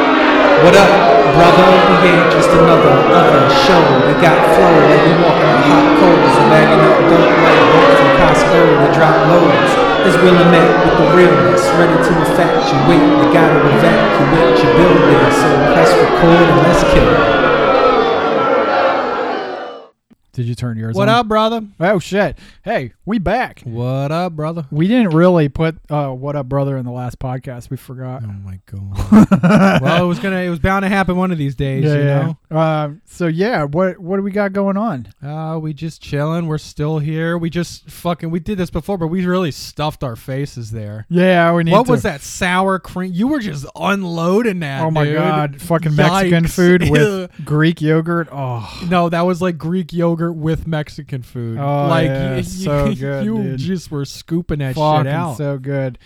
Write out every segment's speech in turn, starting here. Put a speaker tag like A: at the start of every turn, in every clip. A: What up, brother? We here just another other show. We got flow, and we walking on hot coals, and bagging up dope like boats from Costco to drop loads. It's real and met with the realness, ready to infatuate. You gotta evacuate your building, so press record and let's kill it.
B: Did you turn yours
A: What
B: on?
A: up, brother?
B: Oh shit. Hey, we back.
A: What up, brother?
B: We didn't really put uh what up brother in the last podcast. We forgot.
A: Oh my god. well, it was gonna, it was bound to happen one of these days, you know.
B: Uh, so yeah, what what do we got going on?
A: Uh, we just chilling. We're still here. We just fucking. We did this before, but we really stuffed our faces there.
B: Yeah, we need
A: what
B: to-
A: was that sour cream? You were just unloading that.
B: Oh my
A: dude.
B: god, fucking Mexican
A: Yikes.
B: food with Greek yogurt. Oh.
A: No, that was like Greek yogurt with Mexican food.
B: Oh,
A: like
B: yeah, so good,
A: you
B: dude.
A: just were scooping that shit
B: Fucking
A: out.
B: so good.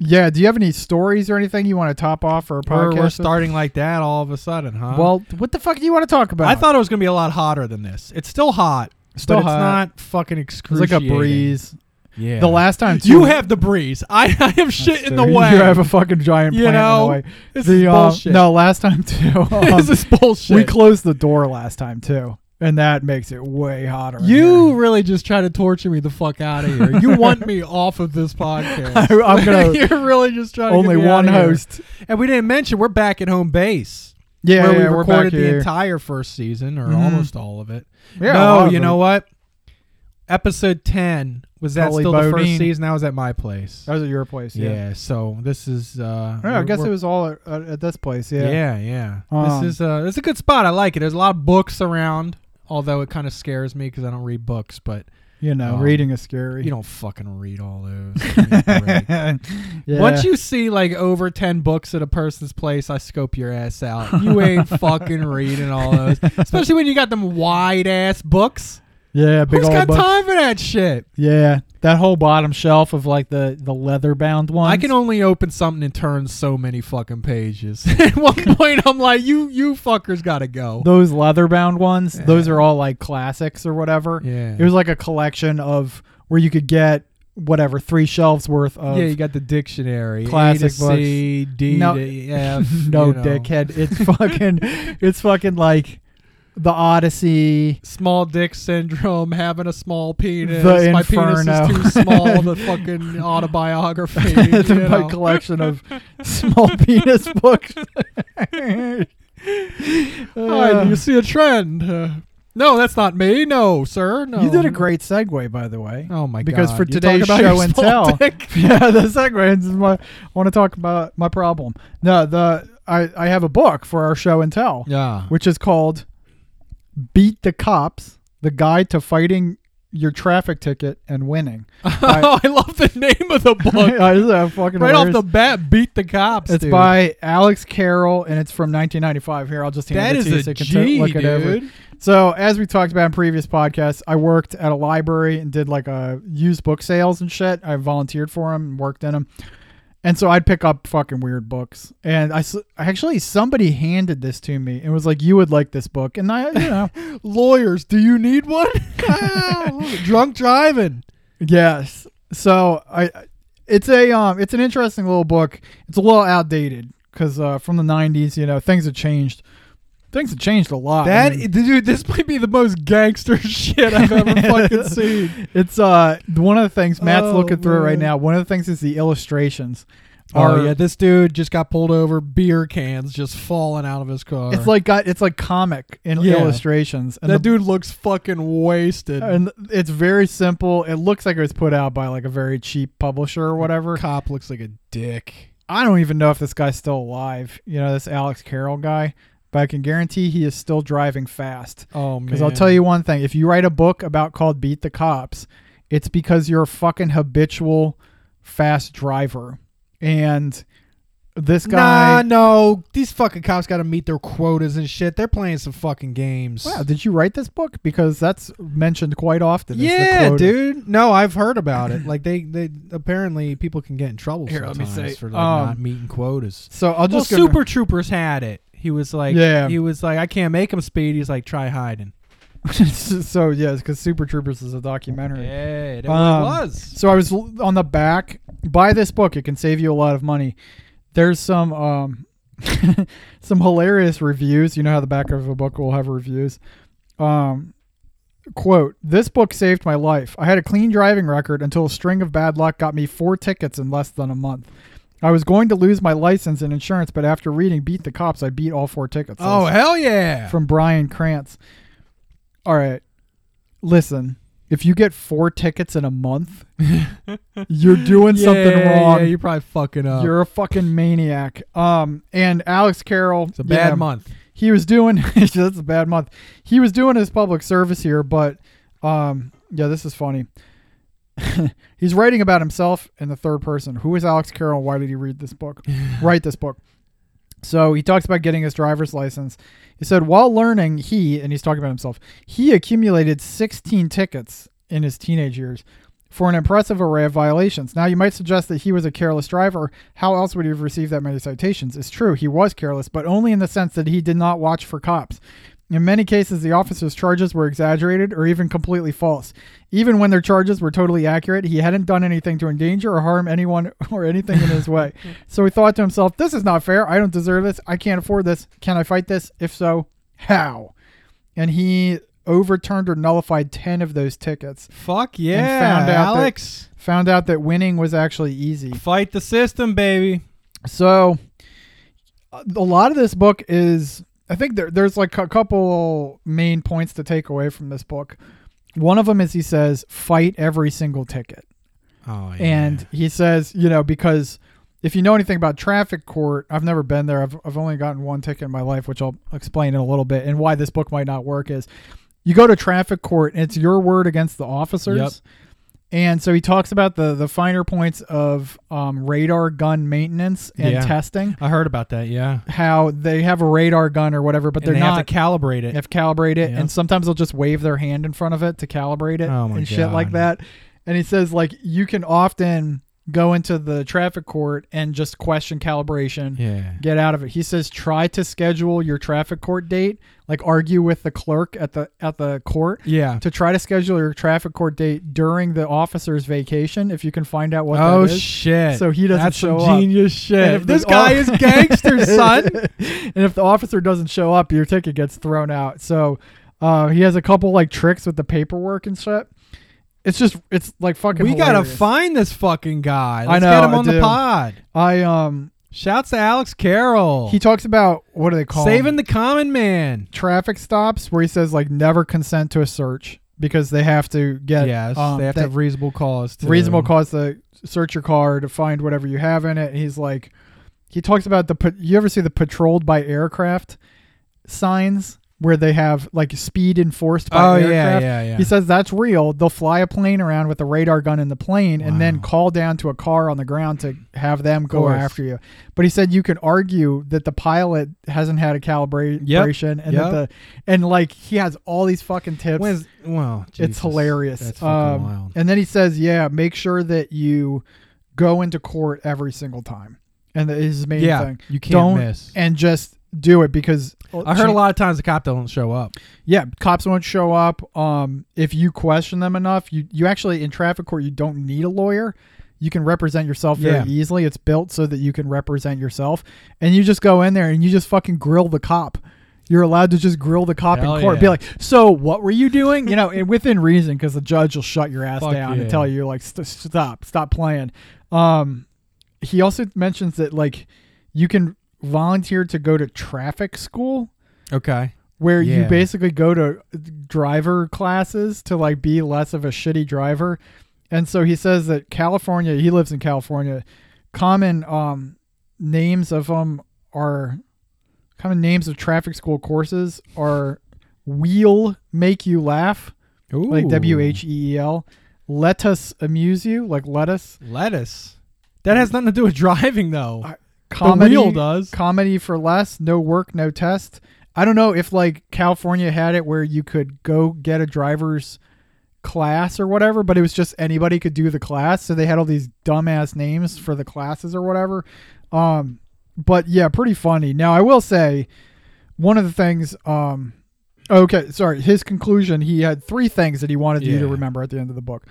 B: Yeah, do you have any stories or anything you want to top off for a
A: we're,
B: podcast?
A: we're starting like that all of a sudden, huh?
B: Well, what the fuck do you want to talk about?
A: I thought it was gonna be a lot hotter than this. It's still hot,
B: Still
A: but
B: hot.
A: it's not fucking
B: it was like
A: excruciating.
B: a breeze.
A: Yeah.
B: The last time
A: you
B: too-
A: have the breeze. I, I have shit in the
B: You
A: way.
B: have a fucking giant
A: You
B: plant
A: know,
B: in the way.
A: this
B: The,
A: is
B: uh,
A: bullshit.
B: no, last time too. um,
A: this is bullshit.
B: we closed the door last time too, and that makes it way hotter. in
A: you
B: here.
A: really just try to torture me the fuck out of here. You want me off of this podcast.
B: I- I'm gonna-
A: You're really just trying.
B: only
A: to get me
B: one
A: out of here.
B: host.
A: and we didn't mention we're back at home base.
B: Yeah,
A: where
B: yeah,
A: we
B: we're
A: recorded
B: back
A: the
B: here.
A: entire first season, or
B: Mhm.
A: almost all of it.
B: Yeah, a lot
A: no,
B: of
A: you
B: them.
A: know what? Episode ten was that
B: Tully
A: still the first
B: Bodine.
A: season? That was at my place.
B: That was at your place.
A: yeah.
B: Oh, Yeah.
A: So this is. uh
B: Yeah, I
A: we're-
B: guess it
A: we're-
B: was all at, at, at this place. Yeah.
A: Yeah, yeah.
B: Um,
A: this is uh, this is a good spot. I like it. There's a lot of books around, although it kind of scares me because I don't read books, but.
B: You know,
A: Um,
B: reading is scary.
A: You don't fucking read all those. Give me a break.
B: Yeah.
A: Once you see like over 10 books at a person's place, I scope your ass out. You ain't fucking reading all those. Especially when you got them wide ass books.
B: yeah, big
A: Who's
B: old
A: got
B: book.
A: time for that shit?
B: Yeah, that whole bottom shelf of like the the leather bound ones.
A: I can only open something and turn so many fucking pages. at one point, I'm like, you you fuckers gotta go.
B: those leather bound ones. Those are all like classics or whatever.
A: Yeah.
B: It was like a collection of where you could get whatever three shelves worth of
A: yeah, you got the dictionary,
B: uh, Classic
A: A to C, D
B: No-
A: to E, F,
B: no
A: you know.
B: dickhead. It's fucking it's fucking like the Odyssey.
A: small dick syndrome, having a small penis.
B: The
A: My
B: inferno.
A: penis is too small. The fucking autobiography.
B: it's
A: you
B: my
A: know.
B: collection of small penis books.
A: Hi,
B: Uh,
A: do you see a trend? Uh, no, that's not me. No, sir. No.
B: Uh, you did a great segue, by the way.
A: Oh my
B: because
A: god!
B: for
A: You talk
B: today's
A: about
B: show
A: your
B: and
A: small
B: tell.
A: dick?
B: yeah, the segue is my. I want to talk about my problem. No, the I I have a book for our show and tell.
A: Yeah.
B: which is called Beat the Cops, the guide to fighting your traffic ticket and winning.
A: oh, I love the name of the book.
B: Uh, this is a fucking
A: right off
B: hilarious-
A: the bat, beat the cops.
B: It's
A: dude.
B: by Alex Carroll and it's from 1995. Here, I'll just hand
A: That
B: it
A: is
B: to you
A: a
B: so you can
A: G,
B: t- look it over.
A: dude.
B: So, as we talked about in previous podcasts, I worked at a library and did like a used book sales and shit. I volunteered for them and worked in them. And so I'd pick up fucking weird books. And I s- actually somebody handed this to me and was like, "You would like this book." And I, you know,
A: Lawyers, do you need one? Drunk driving.
B: Yes. So I, it's a um, it's an interesting little book. It's a little outdated because uh, from the '90s, you know, things have changed. Things have changed a lot.
A: That
B: I mean,
A: dude, this might be the most gangster shit I've ever fucking seen.
B: it's uh one of the things Matt's
A: Oh,
B: looking through it right
A: man.
B: now. One of the things is the illustrations.
A: Oh
B: Are,
A: yeah, this dude just got pulled over, beer cans just falling out of his car.
B: It's like got it's like comic in
A: Yeah.
B: illustrations, and
A: that
B: the,
A: dude looks fucking wasted.
B: and it's very simple. It looks like it was put out by like a very cheap publisher or whatever.
A: Cop looks like a dick.
B: I don't even know if this guy's still alive. You know, this Alex Carroll guy, but I can guarantee he is still driving fast.
A: Oh man,
B: Because I'll tell you one thing: if you write a book about called "Beat the Cops," it's because you're a fucking habitual fast driver, and this
A: nah,
B: guy.
A: no, these fucking cops got to meet their quotas and shit. They're playing some fucking games.
B: Wow, did you write this book? Because that's mentioned quite often. is the
A: yeah,
B: quote.
A: dude. No, I've heard about it. Like they, they apparently people can get in trouble
B: Here, let me
A: sometimes
B: say,
A: for like
B: um,
A: not meeting quotas.
B: So I'll
A: Well,
B: just go-
A: Super Troopers had it. He was like,
B: Yeah.
A: he was like, I can't make him speed. He's like, try hiding.
B: so yes, because Super Troopers is a documentary.
A: Yeah, it
B: Um,
A: was.
B: So I was l- on the back. Buy this book; it can save you a lot of money. There's some um, some hilarious reviews. You know how the back of a book will have reviews. Um, quote: This book saved my life. I had a clean driving record until a string of bad luck got me four tickets in less than a month. I was going to lose my license and insurance, but after reading "Beat the Cops," I beat all four tickets.
A: Oh hell yeah!
B: from Brian Krantz. All right, listen. If you get four tickets in a month, you're doing
A: Yeah,
B: something
A: yeah,
B: wrong.
A: Yeah, you're probably fucking up.
B: You're a fucking maniac. Um, and Alex Carroll.
A: it's a bad
B: yeah,
A: month.
B: He was doing. that's a bad month. He was doing his public service here, but um, yeah, this is funny. He's writing about himself in the third person. Who is Alex Carroll? Why did he read this book? write this book. So he talks about getting his driver's license. He said, while learning, he, and he's talking about himself, he accumulated 16 tickets in his teenage years for an impressive array of violations. Now, you might suggest that he was a careless driver. How else would he have received that many citations? It's true, he was careless, but only in the sense that he did not watch for cops. In many cases, the officer's charges were exaggerated or even completely false. Even when their charges were totally accurate, he hadn't done anything to endanger or harm anyone or anything in his way. So he thought to himself, this is not fair. I don't deserve this. I can't afford this. Can I fight this? If so, how? And he overturned or nullified 10 of those tickets.
A: Fuck yeah,
B: found out that-
A: Alex.
B: Found out that winning was actually easy.
A: Fight the system, baby.
B: So uh, a lot of this book is I think there, there's like a couple main points to take away from this book. One of them is he says fight every single ticket.
A: Oh yeah.
B: And he says, you know, because if you know anything about traffic court, I've never been there. I've, I've only gotten one ticket in my life, which I'll explain in a little bit. And why this book might not work is you go to traffic court and it's your word against the officers.
A: Yep.
B: And so he talks about the, the finer points of um, radar gun maintenance and
A: Yeah.
B: testing,
A: I heard about that. Yeah,
B: how they have a radar gun or whatever, but
A: and
B: they're
A: they
B: not
A: have to calibrate it.
B: they have to calibrate it,
A: Yeah.
B: and sometimes they'll just wave their hand in front of it to calibrate it
A: Oh my
B: and shit like
A: God.
B: that. And he says like you can often go into the traffic court and just question calibration.
A: yeah.
B: Get out of it. He says try to schedule your traffic court date, like argue with the clerk at the at the court
A: Yeah.
B: to try to schedule your traffic court date during the officer's vacation if you can find out what
A: Oh
B: that is.
A: shit.
B: So he doesn't
A: That's
B: show
A: some
B: up. And
A: genius shit.
B: if
A: This
B: the
A: guy
B: off-
A: is gangster, son.
B: and if the officer doesn't show up, your ticket gets thrown out. So uh, he has a couple like tricks with the paperwork and shit. It's just it's like fucking.
A: We gotta
B: hilarious.
A: find this fucking guy.
B: I
A: Let's
B: know,
A: get him
B: I
A: on
B: do.
A: the pod.
B: I um.
A: Shouts to Alex Carroll.
B: He talks about what do they call 'em?
A: Oh. saving the common man.
B: traffic stops where he says like never consent to a search because they have to get
A: yes,
B: um,
A: they have to
B: that-
A: have reasonable cause. To,
B: reasonable cause to search your car to find whatever you have in it. And he's like, he talks about the pat- you ever see the patrolled by aircraft signs where they have like speed enforced by
A: Oh
B: aircraft.
A: yeah, yeah, yeah.
B: He says that's real. They'll fly a plane around with a radar gun in the plane and then
A: Wow.
B: call down to a car on the ground to have them go
A: course.
B: after you. But he said you could argue that the pilot hasn't had a calibration and
A: yep.
B: that the and like he has all these fucking tips.
A: When's, well,
B: It's
A: Jesus,
B: hilarious.
A: That's fucking
B: Um,
A: wild.
B: And then he says, "Yeah, make sure that you go into court every single time." And that is his main
A: Yeah,
B: thing.
A: you can't
B: Don't
A: miss.
B: and just do it because
A: I heard a lot of times the cop don't show up.
B: Yeah, cops won't show up. Um, if you question them enough, you you actually in traffic court you don't need a lawyer. You can represent yourself very
A: Yeah.
B: easily. It's built so that you can represent yourself, and you just go in there and you just fucking grill the cop. You're allowed to just grill the cop
A: Hell
B: in court.
A: yeah.
B: Be like, so what were you doing? You know, and within reason, because the judge will shut your ass
A: Fuck
B: down
A: yeah.
B: and tell you like, st- stop, stop playing. Um, he also mentions that like you can volunteer to go to traffic school
A: Okay.
B: where you
A: Yeah.
B: basically go to driver classes to like be less of a shitty driver. And so he says that California, he lives in California. Common um, names of them are common names of traffic school courses are wheel make you laugh,
A: Ooh.
B: like W H E E L. Let us amuse you, like lettuce.
A: lettuce. That has nothing to do with driving though.
B: I-
A: the
B: Comedy
A: wheel does.
B: comedy for less, no work, no test. I don't know if like California had it where you could go get a driver's class or whatever, but it was just anybody could do the class. So they had all these dumbass names for the classes or whatever. Um, but yeah, pretty funny. Now I will say one of the things, um, okay, sorry, his conclusion, he had three things that he wanted you to
A: Yeah.
B: remember at the end of the book.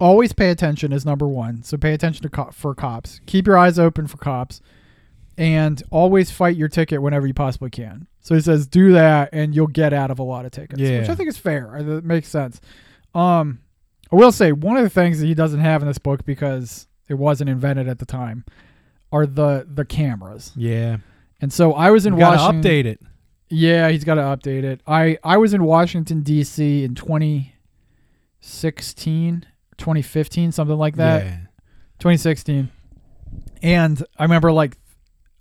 B: Always pay attention is number one. So pay attention to co- for cops. Keep your eyes open for cops and always fight your ticket whenever you possibly can. So he says, do that, and you'll get out of a lot of tickets, which
A: Yeah.
B: I think is fair. I- That makes sense. Um, I will say one of the things that he doesn't have in this book because it wasn't invented at the time are the the cameras.
A: Yeah.
B: And so I was in
A: You gotta
B: Washington.
A: update it.
B: Yeah, he's got to update it. I I was in Washington D.C. in 2016, 2015, something like that.
A: yeah.
B: 2016. And I remember like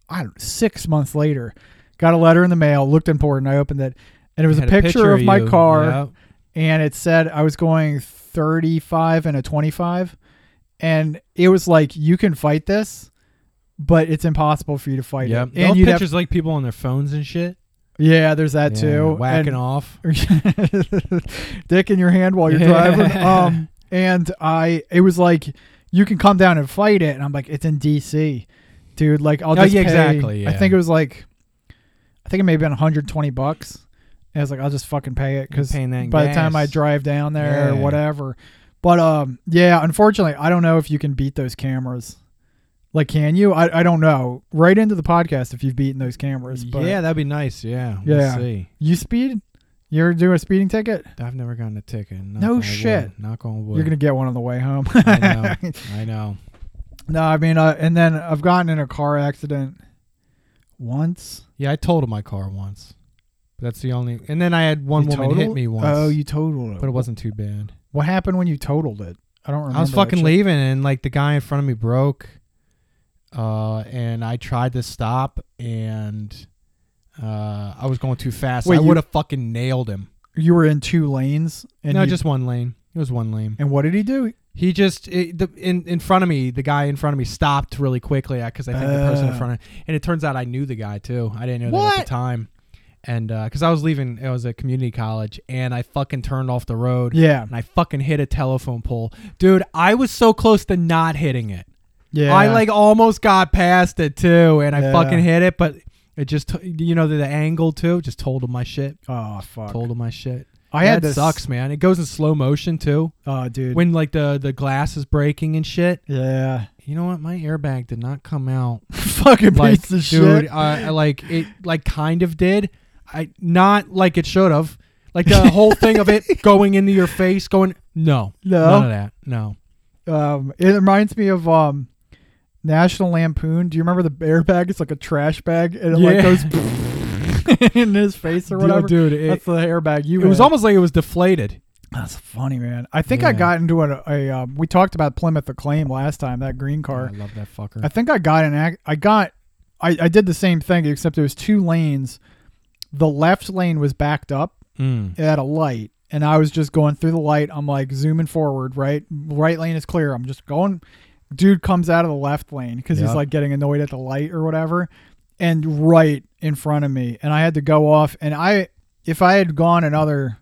B: I don't 6 months later, got a letter in the mail, looked important. I opened it and it was a
A: Had
B: picture, of my
A: you.
B: car
A: Yep.
B: and it said I was going 35 and a 25 and it was like you can fight this, but it's impossible for you to fight
A: Yep.
B: it. And
A: Those
B: you'd have-
A: pictures like people on their phones and shit.
B: yeah, there's that
A: Yeah,
B: too.
A: Whacking
B: And-
A: off.
B: dick in your hand while you're driving. Um, and I, it was like, you can come down and fight it. And I'm like, it's in DC, dude. Like, I'll
A: Oh,
B: just
A: yeah,
B: pay-
A: exactly,
B: I
A: yeah.
B: think it was like, I think it may have been 120 bucks. And I was like, I'll just fucking pay it because
A: Paying that
B: by the time I
A: gas.
B: drive down there or
A: Yeah.
B: whatever. But um, yeah, unfortunately, I don't know if you can beat those cameras. Like, can you? I, I don't know. Right into the podcast if you've beaten those cameras. But
A: Yeah, that'd be nice. Yeah.
B: Yeah.
A: We'll see.
B: You speed? You ever do a speeding ticket?
A: I've never gotten a ticket. Knock
B: No
A: on
B: shit.
A: Wood. Knock on wood.
B: You're gonna get one on the way home.
A: I know. I know.
B: no, I mean, uh, and then I've gotten in a car accident once.
A: Yeah, I totaled my car once. But that's the only. And then I had one
B: You
A: woman hit
B: totaled?
A: me once.
B: Oh, you totaled it.
A: But it wasn't too bad.
B: what happened when you totaled it? I don't remember.
A: I was
B: that
A: fucking
B: shit.
A: leaving, and like the guy in front of me broke, uh, and I tried to stop, and uh, I was going too fast.
B: Wait,
A: I
B: you-
A: would have fucking nailed him.
B: You were in two lanes, and
A: no,
B: you-
A: just one lane. It was one lane.
B: and what did he do?
A: He just it, the, in in front of me. The guy in front of me stopped really quickly because I think the person
B: Oh.
A: in front of and it turns out I knew the guy too. I didn't know that
B: What?
A: at the time, and because I was leaving, it was a community college, and I fucking turned off the road.
B: Yeah,
A: And I fucking hit a telephone pole, dude. I was so close to not hitting it.
B: yeah.
A: I like almost got past it too, and I
B: Yeah.
A: fucking hit it, but it just t- you know the, the angle too just told him my shit.
B: Oh fuck!
A: Told him my shit.
B: I had
A: that
B: this.
A: sucks, man. It goes in slow motion too.
B: Oh, dude.
A: When like the the glass is breaking and shit.
B: yeah.
A: You know what? My airbag did not come out.
B: fucking
A: Like,
B: piece of
A: dude,
B: shit.
A: I, I, like it like kind of did. I not like it should have. Like the whole thing of it going into your face, going no,
B: No.
A: none of that, no.
B: Um, it reminds me of um, National Lampoon. Do you remember the bear bag? It's like a trash bag, and it like
A: Yeah.
B: goes in his face or
A: Dude,
B: whatever.
A: dude. It,
B: That's the airbag you.
A: it was
B: had.
A: almost like it was deflated.
B: That's funny, man. I think I
A: Yeah.
B: got into a, a um, we talked about Plymouth Acclaim last time, that green car.
A: I love that fucker.
B: I think I got an ac- I got I, I did the same thing except it was two lanes. The left lane was backed up
A: Mm.
B: at a light and I was just going through the light. I'm like zooming forward, right? Right lane is clear. I'm just going dude comes out of the left lane cuz he's
A: Yeah.
B: like getting annoyed at the light or whatever and right in front of me and I had to go off and I if I had gone another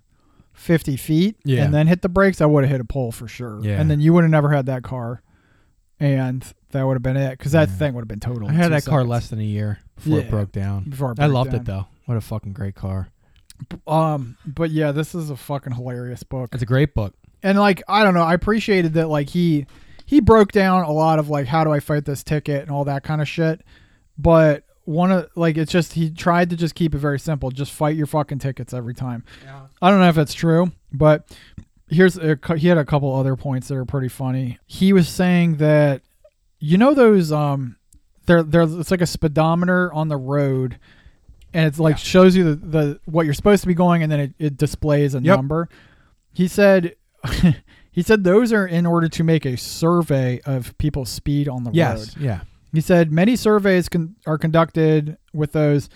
B: 50 feet
A: Yeah.
B: and then hit the brakes, I would have hit a pole for sure.
A: Yeah.
B: And then you would have never had that car. And that would have been it because that
A: Yeah.
B: thing would have been total.
A: I
B: in
A: had
B: two
A: that car
B: seconds
A: less than a year before
B: Yeah.
A: it broke down.
B: Before it
A: I
B: broke
A: loved
B: down.
A: it though. What a fucking great car.
B: Um, but yeah, this is a fucking hilarious book.
A: It's a great book.
B: and like I don't know, I appreciated that like he he broke down a lot of like how do I fight this ticket and all that kind of shit. But one of like it's just he tried to just keep it very simple, just fight your fucking tickets every time. I don't know if that's true, but here's a, cou- he had a couple other points that are pretty funny. He was saying that you know those um they're they're it's like a speedometer on the road and it's like shows you the, the what you're supposed to be going and then it, it displays a
A: Yep.
B: number. He said he said those are in order to make a survey of people's speed on the road.
A: Yes. Yeah.
B: He said many surveys con- are conducted with those.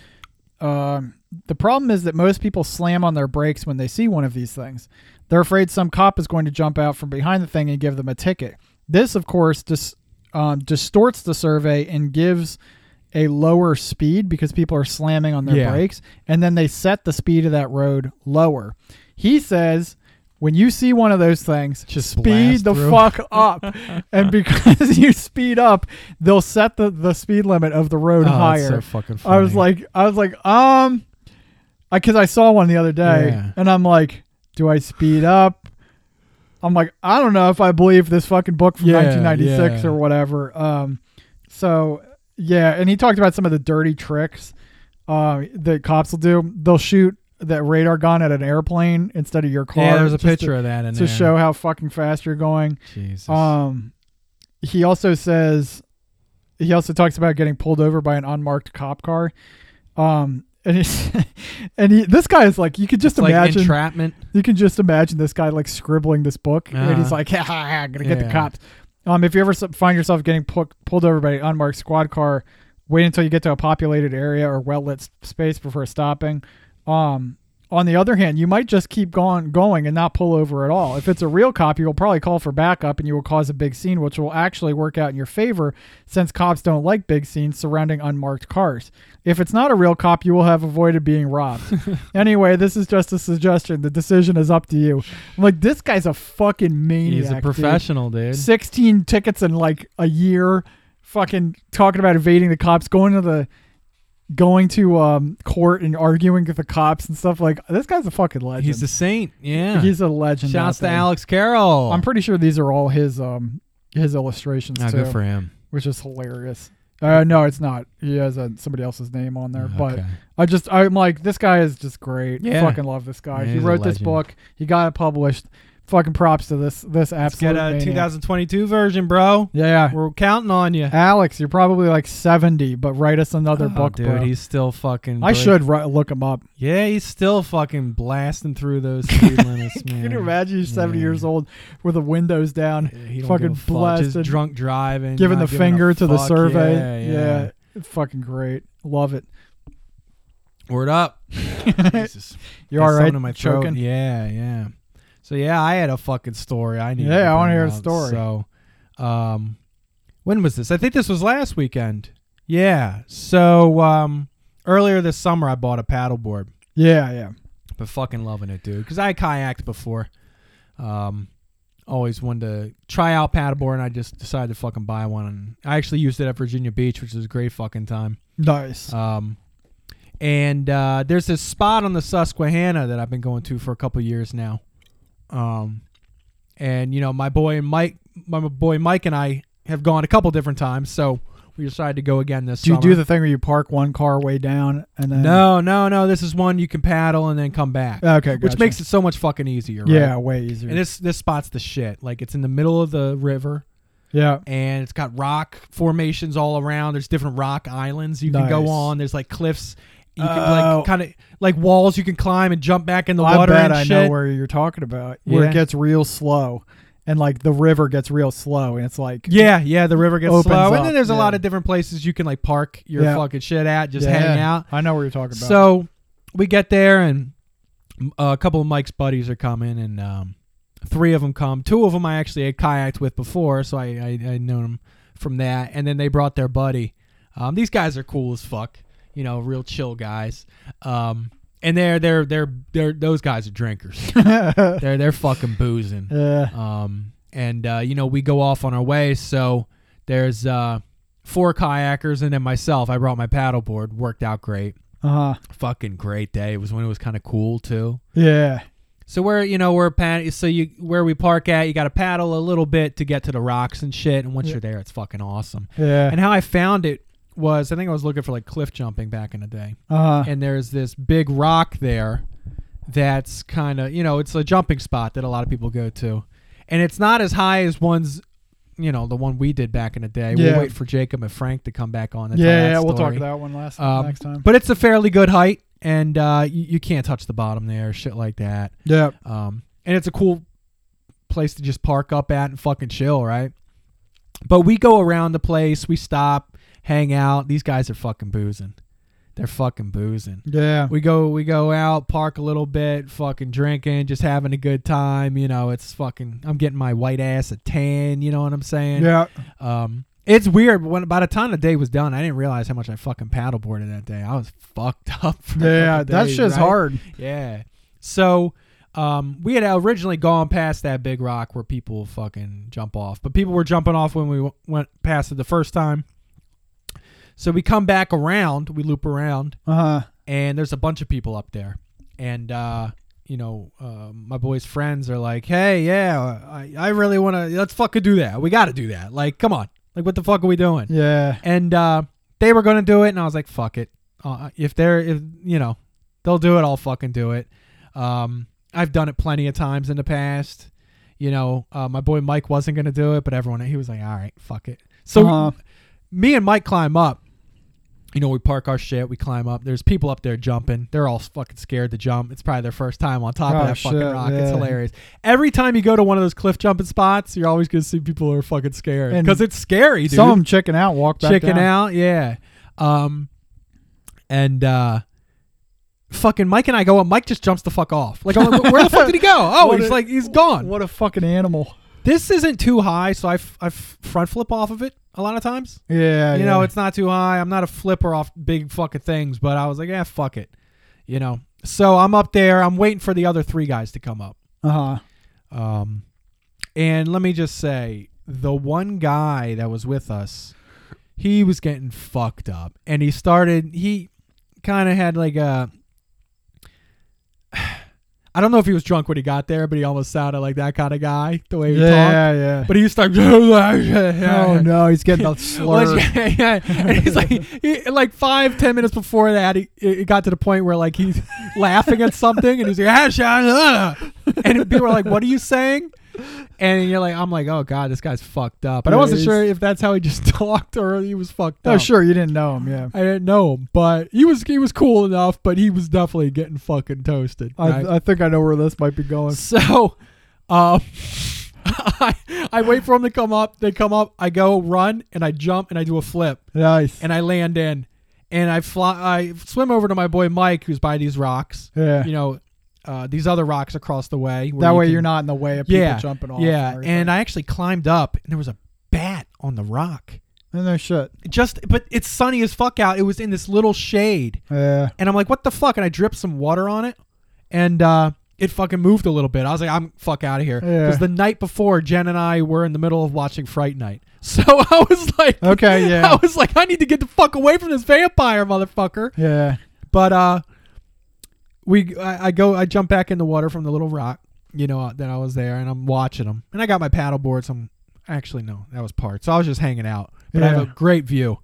B: Um, the problem is that most people slam on their brakes when they see one of these things. They're afraid some cop is going to jump out from behind the thing and give them a ticket. This, of course, dis- um, distorts the survey and gives a lower speed because people are slamming on their
A: Yeah.
B: brakes, and then they set the speed of that road lower. He says. When you see one of those things,
A: Just
B: speed
A: blast
B: the
A: through.
B: fuck up. and because you speed up, they'll set the, the speed limit of the road
A: Oh, that's
B: higher.
A: so fucking funny.
B: I was like, I was like, um, I because I saw one the other day,
A: Yeah.
B: and I'm like, do I speed up? I'm like, I don't know if I believe this fucking book from
A: Yeah,
B: 1996
A: yeah.
B: or whatever. Um, so Yeah, and he talked about some of the dirty tricks uh, that cops will do. They'll shoot that radar gun at an airplane instead of your car.
A: yeah, there's a
B: just to-
A: picture of that in
B: to,
A: there.
B: show how fucking fast you're going.
A: Jesus.
B: Um, he also says he also talks about getting pulled over by an unmarked cop car. Um, and he's, and he, this guy is like you could just
A: It's like
B: imagine
A: entrapment.
B: you can just imagine this guy like scribbling this book, and he's
A: Uh-huh.
B: like, "Ha ha, ha gonna get the
A: Yeah.
B: cops." Um, if you ever s- find yourself getting pu- pulled over by an unmarked squad car, wait until you get to a populated area or well lit space before stopping. Um, on the other hand, you might just keep going, going, and not pull over at all. If it's a real cop, you will probably call for backup, and you will cause a big scene, which will actually work out in your favor, since cops don't like big scenes surrounding unmarked cars. If it's not a real cop, you will have avoided being robbed. Anyway, this is just a suggestion. The decision is up to you. I'm like, this guy's a fucking maniac.
A: He's a
B: dude.
A: professional, dude.
B: 16 tickets in like a year, fucking talking about evading the cops, going to the going to um court and arguing with the cops and stuff like this guy's a fucking legend.
A: He's a saint. Yeah.
B: He's a legend. out
A: Shouts to
B: there.
A: Alex Carroll.
B: I'm pretty sure these are all his um his illustrations
A: Ah,
B: too,
A: good for him.
B: which is hilarious. Uh, no, it's not. He has uh, somebody else's name on there, but
A: Okay.
B: I just I'm like this guy is just great.
A: Yeah.
B: Fucking love this guy.
A: Yeah,
B: he
A: he's a
B: wrote this
A: legend.
B: book. He got it published. Fucking props to this this
A: let's
B: absolute
A: get a
B: maniac.
A: 2022 version, bro.
B: Yeah, yeah.
A: We're counting on you.
B: Alex, you're probably like 70, but write us another
A: Oh,
B: book,
A: dude.
B: bro.
A: He's still fucking.
B: I
A: brilliant.
B: should ri- look him up.
A: Yeah, he's still fucking blasting through those speed limits, man.
B: Can you imagine you're 70
A: Yeah.
B: years old with the windows down,
A: Yeah, He don't
B: Fucking
A: give a fuck. Just
B: blasted.
A: drunk driving,
B: giving the
A: not
B: finger
A: a
B: to the
A: fuck.
B: survey?
A: Yeah, yeah.
B: Fucking great. Love it.
A: Word up. Jesus.
B: You
A: Got
B: all right?
A: something in my throat.
B: Choking?
A: Yeah, yeah. So yeah, I had a fucking story. I need.
B: Yeah, I
A: want
B: wanna
A: to
B: hear a
A: bring out.
B: story.
A: So, um, when was this? I think this was last weekend. Yeah. So um, earlier this summer, I bought a paddleboard.
B: Yeah, yeah.
A: Been fucking loving it, dude. Because I kayaked before. Um, always wanted to try out paddleboard, and I just decided to fucking buy one. And I actually used it at Virginia Beach, which was a great fucking time.
B: Nice.
A: Um, and uh, there's this spot on the Susquehanna that I've been going to for a couple years now. Um, and you know, my boy and Mike, my boy Mike and I have gone a couple different times, so we decided to go again this
B: do you
A: summer.
B: do the thing where you park one car way down and then.
A: no, no, no. This is one you can paddle and then come back,
B: Okay, Ah, gotcha.
A: which makes it so much fucking easier. right?
B: Yeah, way easier.
A: And this this spot's the shit. Like it's in the middle of the river,
B: yeah.
A: and it's got rock formations all around. There's different rock islands you can go
B: Nice.
A: on. There's like cliffs. You can
B: Oh.
A: like kind of like walls you can climb and jump back in the
B: I
A: water
B: bet
A: and
B: I
A: shit.
B: know where you're talking about. Where
A: Yeah.
B: it gets real slow, and like the river gets real slow, and it's like
A: yeah, yeah, the river gets
B: Opens
A: slow,
B: up,
A: and then there's a lot
B: yeah.
A: of different places you can like park your
B: Yeah.
A: fucking shit at, just
B: Yeah.
A: hang out.
B: I know what you're talking about.
A: So we get there, and uh, a couple of Mike's buddies are coming, and um, three of them come. Two of them I actually had kayaked with before, so I I, I known them from that. And then they brought their buddy. Um, these guys are cool as fuck, you know, real chill guys. Um, and they're they're they're they're those guys are drinkers.
B: yeah,
A: they're they're fucking boozing. Um, and uh, you know, we go off on our way. So there's uh, four kayakers and then myself. I brought my paddleboard. Worked out great
B: uh-huh.
A: fucking great day. It was when it was kind of cool too.
B: yeah,
A: So where you know we're pan- so you where we park at, you got to paddle a little bit to get to the rocks and shit. And once
B: Yeah.
A: you're there, it's fucking awesome.
B: yeah,
A: And how I found it was I think I was looking for like cliff jumping back in the day,
B: uh-huh.
A: and there's this big rock there that's kind of you know it's a jumping spot that a lot of people go to, and it's not as high as one's. You know the one we did back in the day.
B: Yeah.
A: We'll wait for Jacob and Frank to come back on.
B: yeah,
A: and tell that
B: yeah. We'll
A: story.
B: talk that one last
A: Um,
B: next time.
A: But it's a fairly good height, and uh, you, you can't touch the bottom there, shit like that.
B: yeah,
A: Um, and it's a cool place to just park up at and fucking chill, right? But we go around the place, we stop, hang out. These guys are fucking boozing. They're fucking boozing.
B: yeah,
A: We go, we go out, park a little bit, fucking drinking, just having a good time. You know, it's fucking. I'm getting my white ass a tan. You know what I'm saying?
B: yeah.
A: Um, it's weird. When by the time the day was done, I didn't realize how much I fucking paddleboarded that day. I was fucked up. For a
B: Yeah,
A: couple
B: that
A: days,
B: shit's
A: right?
B: hard.
A: Yeah. So, um, we had originally gone past that big rock where people fucking jump off, but people were jumping off when we w- went past it the first time. So we come back around, we loop around,
B: Uh huh.
A: and there's a bunch of people up there and uh you know uh, my boy's friends are like hey yeah i, I really want to let's fucking do that we gotta do that like come on like what the fuck are we doing
B: Yeah.
A: and uh They were gonna do it, and I was like, "Fuck it." Uh, if they're if you know they'll do it, I'll fucking do it. Um, I've done it plenty of times in the past. You know, uh, my boy Mike wasn't gonna do it, but everyone he was like, "All right, fuck it." So
B: Uh-huh.
A: me and Mike climb up. You know, we park our shit, we climb up. There's people up there jumping. They're all fucking scared to jump. It's probably their first time on top
B: Oh,
A: of that fucking
B: shit,
A: rock.
B: yeah.
A: It's hilarious. Every time you go to one of those cliff jumping spots, you're always going to see people who are fucking scared
B: And
A: because it's scary, dude.
B: Some of them checking out, walk back
A: Chicken
B: down.
A: out, yeah. Um, and uh, fucking Mike and I go up. Mike just jumps the fuck off. Like, I'm like, where the fuck did he go? Oh,
B: What
A: he's
B: a-
A: like, he's gone.
B: What a fucking animal.
A: This isn't too high, so I, f- I f- front flip off of it a lot of times.
B: Yeah.
A: you
B: yeah.
A: know, it's not too high. I'm not a flipper off big fucking things, but I was like, yeah, fuck it. You know, so I'm up there. I'm waiting for the other three guys to come up.
B: uh-huh.
A: Um, and let me just say, the one guy that was with us, he was getting fucked up, and he started. He kind of had like a. I don't know if he was drunk when he got there, but he almost sounded like that kind of guy the way he talked.
B: Yeah, yeah.
A: But he was like,
B: oh no, he's getting a slur.
A: Well, yeah, yeah. And he's like, he, like five, ten minutes before that, he, it got to the point where like he's laughing at something, and he's like, ah, shah, ah." and people are like, "What are you saying?" And you're like, "I'm like, oh god, this guy's fucked up." But I
B: Yeah,
A: wasn't
B: he's-
A: sure if that's how he just talked or he was fucked
B: Oh,
A: up.
B: sure, you didn't know him. Yeah.
A: I didn't know him, but he was he was cool enough, but he was definitely getting fucking toasted.
B: I,
A: right?
B: I think I know where this might be going.
A: So, um, I, I wait for them to come up. They come up. I go run and I jump and I do a flip
B: Nice.
A: and I land in and I fly. I swim over to my boy Mike who's by these rocks.
B: yeah.
A: You know, uh, these other rocks across the way. where
B: that
A: you
B: way
A: can-
B: you're not in the way of people
A: Yeah.
B: jumping off.
A: Yeah,
B: everything.
A: and I actually climbed up and there was a bat on the rock.
B: Oh, no shit.
A: Just, but it's sunny as fuck out. It was in this little shade.
B: Yeah.
A: And I'm like, what the fuck? And I dripped some water on it, and uh, it fucking moved a little bit. I was like, I'm fuck out of here.
B: Yeah.
A: Because the night before, Jen and I were in the middle of watching Fright Night, so I was like,
B: Okay.
A: I
B: Yeah.
A: was like, I need to get the fuck away from this vampire motherfucker.
B: yeah.
A: But uh, we, I, I go, I jump back in the water from the little rock, you know, uh, that I was there, and I'm watching them, and I got my paddle board. So I'm actually no, that was part. So I was just hanging out, but I have
B: Yeah.
A: a great view.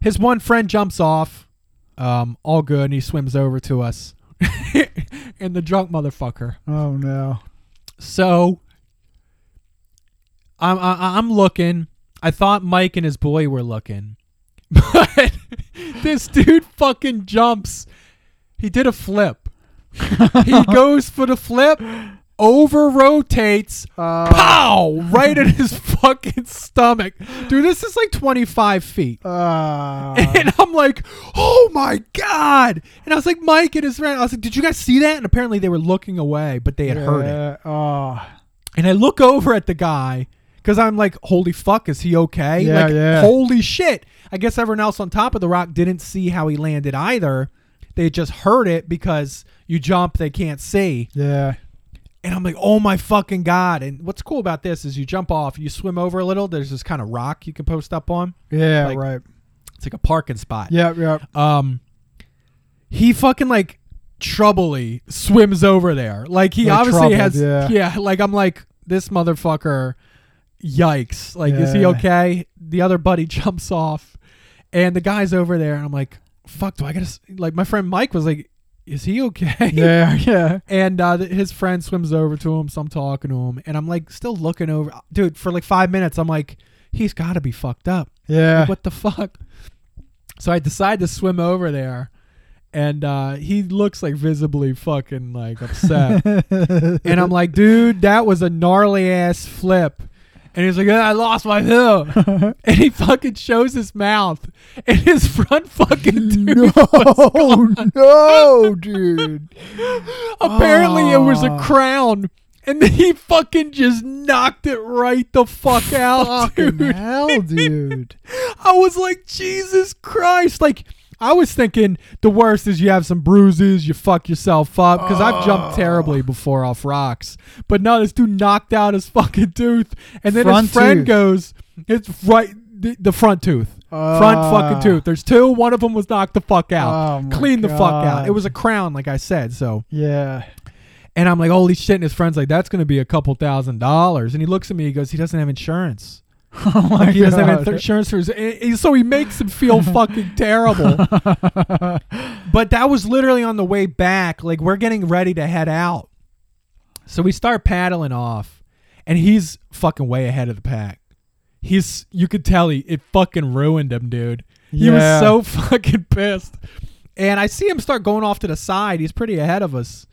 A: His one friend jumps off, um, all good, and he swims over to us, and the drunk motherfucker.
B: Oh no.
A: So I'm I, I'm looking. I thought Mike and his boy were looking, but this dude fucking jumps. He did a flip. he goes for the flip, over rotates,
B: Uh,
A: pow, right in his fucking stomach. Dude, this is like 25 feet.
B: uh,
A: And I'm like, oh my God. And I was like, Mike and his friend, I was like, did you guys see that? And apparently they were looking away, but they had heard it.
B: yeah, Oh.
A: And I look over at the guy because I'm like, holy fuck, is he okay?
B: Yeah,
A: like,
B: yeah.
A: holy shit. I guess everyone else on top of the rock didn't see how he landed either. They just heard it because you jump, they can't see.
B: Yeah.
A: And I'm like, oh my fucking God. And what's cool about this is you jump off, you swim over a little, there's this kind of rock you can post up on.
B: Yeah.
A: Like-
B: right.
A: It's like a parking spot.
B: Yep. Yep.
A: Um, he fucking like troubly swims over there. Like he
B: Like
A: obviously
B: troubled,
A: has,
B: yeah.
A: yeah. Like I'm like this motherfucker. Yikes! Like is he
B: Yeah.
A: okay? The other buddy jumps off, and the guy's over there, and I'm like, fuck. Do I gotta s-" like my friend Mike was like, is he okay?
B: Yeah. Yeah.
A: And uh, th- his friend swims over to him, so I'm talking to him, and I'm like still looking over, dude. For like five minutes, I'm like, he's got to be fucked up.
B: Yeah.
A: Like, what the fuck? So I decide to swim over there, and uh, he looks like visibly fucking like upset. and I'm like, dude, that was a gnarly ass flip. And he's like, "Ah, I lost my heel. and he fucking shows his mouth, and his front fucking tooth.
B: no. no, dude.
A: Apparently, it was a
B: Ah.
A: crown. And then he fucking just knocked it right the fuck out,
B: Fucking
A: dude.
B: hell, dude.
A: I was like, Jesus Christ. Like, I was thinking the worst is you have some bruises, you fuck yourself up. Because I've jumped terribly before off rocks. But no, this dude knocked out his fucking tooth. And then
B: Front
A: his friend
B: tooth.
A: goes, it's right, the, the front tooth. front
B: Ah.
A: fucking tooth. There's two. One of them was knocked the fuck out.
B: Oh my
A: Clean the fuck out.
B: God.
A: It was a crown, like I said. So,
B: Yeah.
A: and I'm like, holy shit. And his friend's like, that's going to be a couple thousand dollars. And he looks at me, he goes, he doesn't have insurance.
B: Oh my
A: Like he doesn't have
B: God.
A: inter- insurance for his, and- and so he makes him feel fucking terrible. But that was literally on the way back. Like we're getting ready to head out, so we start paddling off, and he's fucking way ahead of the pack. He's you could tell he it fucking ruined him, dude. He
B: Yeah.
A: was so fucking pissed. And I see him start going off to the side. He's pretty ahead of us,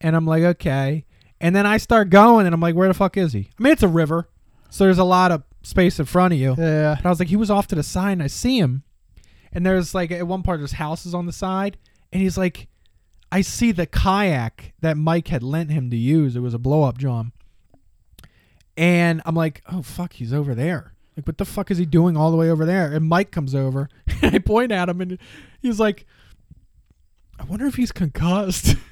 A: and I'm like, okay. And then I start going, and I'm like, where the fuck is he? I mean, it's a river, so there's a lot of space in front of you.
B: yeah.
A: And I was like, he was off to the side, and I see him. And there's like at one part there's houses on the side, and he's like, I see the kayak that Mike had lent him to use. It was a blow up drum. And I'm like, oh fuck, he's over there. Like, what the fuck is he doing all the way over there? And Mike comes over, and I point at him, and he's like, I wonder if he's concussed.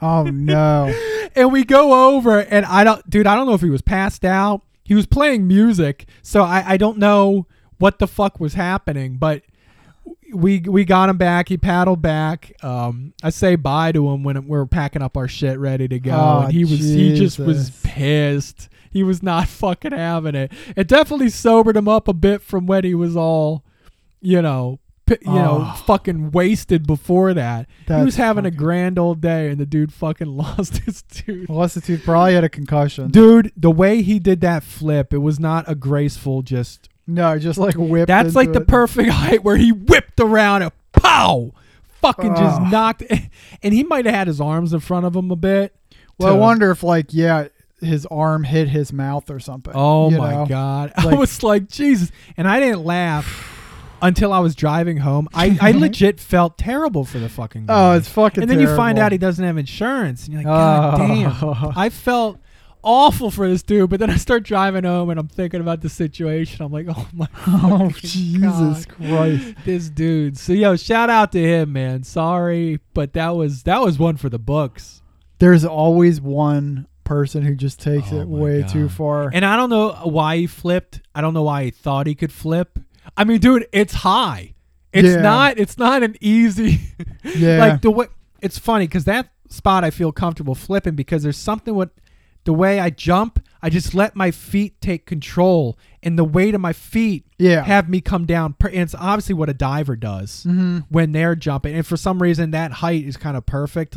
B: Oh no.
A: and we go over and i don't dude i don't know if he was passed out he was playing music so i, I don't know what the fuck was happening but we we got him back he paddled back um i say bye to him when we're packing up our shit ready to go
B: Oh,
A: and he was he just was
B: Jesus.
A: pissed he was not fucking having it it definitely sobered him up a bit from when he was all you know p- you know
B: Oh.
A: fucking wasted before that he was
B: That's
A: having a
B: fucking-
A: grand old day, and the dude fucking lost his dude.
B: Lassitude probably had a concussion.
A: Dude, the way he did that flip, it was not a graceful. Just
B: No, just like whipped.
A: that's like
B: into
A: the
B: it.
A: perfect height where he whipped around and pow, fucking just
B: Ugh.
A: knocked. And he might have had his arms in front of him a bit.
B: Well, I
A: to-
B: wonder if like yeah, his arm hit his mouth or something.
A: Oh
B: you
A: my
B: know?
A: god! I
B: Like-
A: was like Jesus, and I didn't laugh until I was driving home. I I legit felt terrible for the fucking.
B: Oh,
A: guy.
B: it's fucking.
A: and then you find
B: terrible.
A: out he doesn't have insurance, and you're like, God
B: Oh.
A: damn! I felt awful for this dude, but then I start driving home, and I'm thinking about the situation. I'm like, oh my,
B: Oh
A: fucking
B: Jesus
A: God.
B: Christ!
A: this dude. So yo, shout out to him, man. Sorry, but that was that was one for the books.
B: There's always one person who just takes
A: Oh
B: it
A: my
B: way
A: God.
B: too far.
A: And I don't know why he flipped. I don't know why he thought he could flip. I mean, dude, it's high. It's
B: Yeah.
A: not. It's not an easy.
B: yeah,
A: Like the way it's funny because that spot I feel comfortable flipping because there's something with the way I jump. I just let my feet take control, and the weight of my feet
B: yeah,
A: have me come down. per- And it's obviously what a diver does
B: Mhm.
A: when they're jumping. And for some reason, that height is kind of perfect.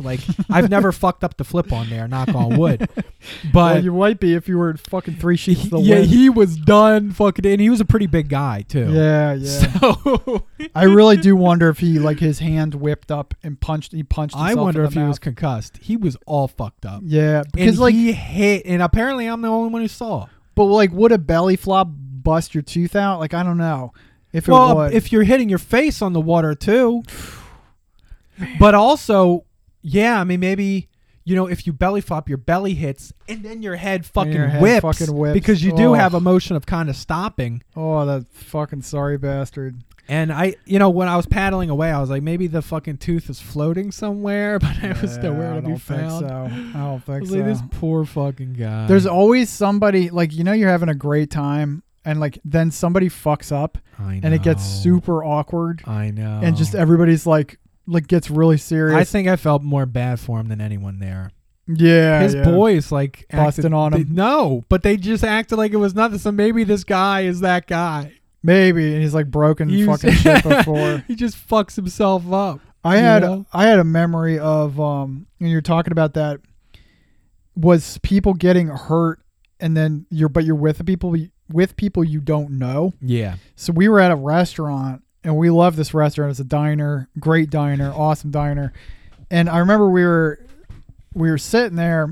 A: Like I've never fucked up the flip on there. Knock on wood. But
B: well, you might be if you were fucking three sheets. to the
A: yeah,
B: wind.
A: he was done fucking, and he was a pretty big guy too.
B: yeah, yeah.
A: So
B: I really do wonder if he like his hand whipped up and punched. He punched.
A: I
B: himself in
A: wonder
B: the
A: if he was
B: mouth.
A: concussed. He was all fucked up.
B: Yeah,
A: because
B: because like,
A: he hit, and apparently I'm the only one who saw.
B: but like, would a belly flop bust your tooth out? Like, I don't know if it
A: well,
B: would.
A: if you're hitting your face on the water too, but also, yeah, I mean, maybe you know, if you belly flop, your belly hits, and then your head fucking
B: your head
A: whips,
B: fucking whips.
A: because you do
B: Oh.
A: have a motion of kind of stopping.
B: oh, that fucking sorry bastard.
A: And I, you know, when I was paddling away, I was like, maybe the fucking tooth is floating somewhere, but it was
B: Yeah,
A: nowhere
B: I
A: to be
B: don't think
A: found.
B: so. I don't
A: I
B: think
A: was
B: so.
A: like, this poor fucking guy.
B: There's always somebody like you know you're having a great time and like then somebody fucks up
A: I
B: and it gets
A: know.
B: super awkward
A: I know.
B: and just everybody's like like gets really serious.
A: I think I felt more bad for him than anyone there.
B: yeah,
A: his
B: yeah.
A: boys like
B: Busting
A: acted-
B: on him.
A: they- no, but they just acted like it was nothing. So maybe this guy is that guy.
B: maybe and he's like broken
A: He was-
B: fucking shit before.
A: he just fucks himself up.
B: I
A: You
B: had
A: know?
B: I had a memory of um when you're talking about that was people getting hurt and then you're but you're with people with people you don't know.
A: Yeah,
B: So we were at a restaurant and we love this restaurant. It's a diner, great diner, awesome diner. And I remember we were we were sitting there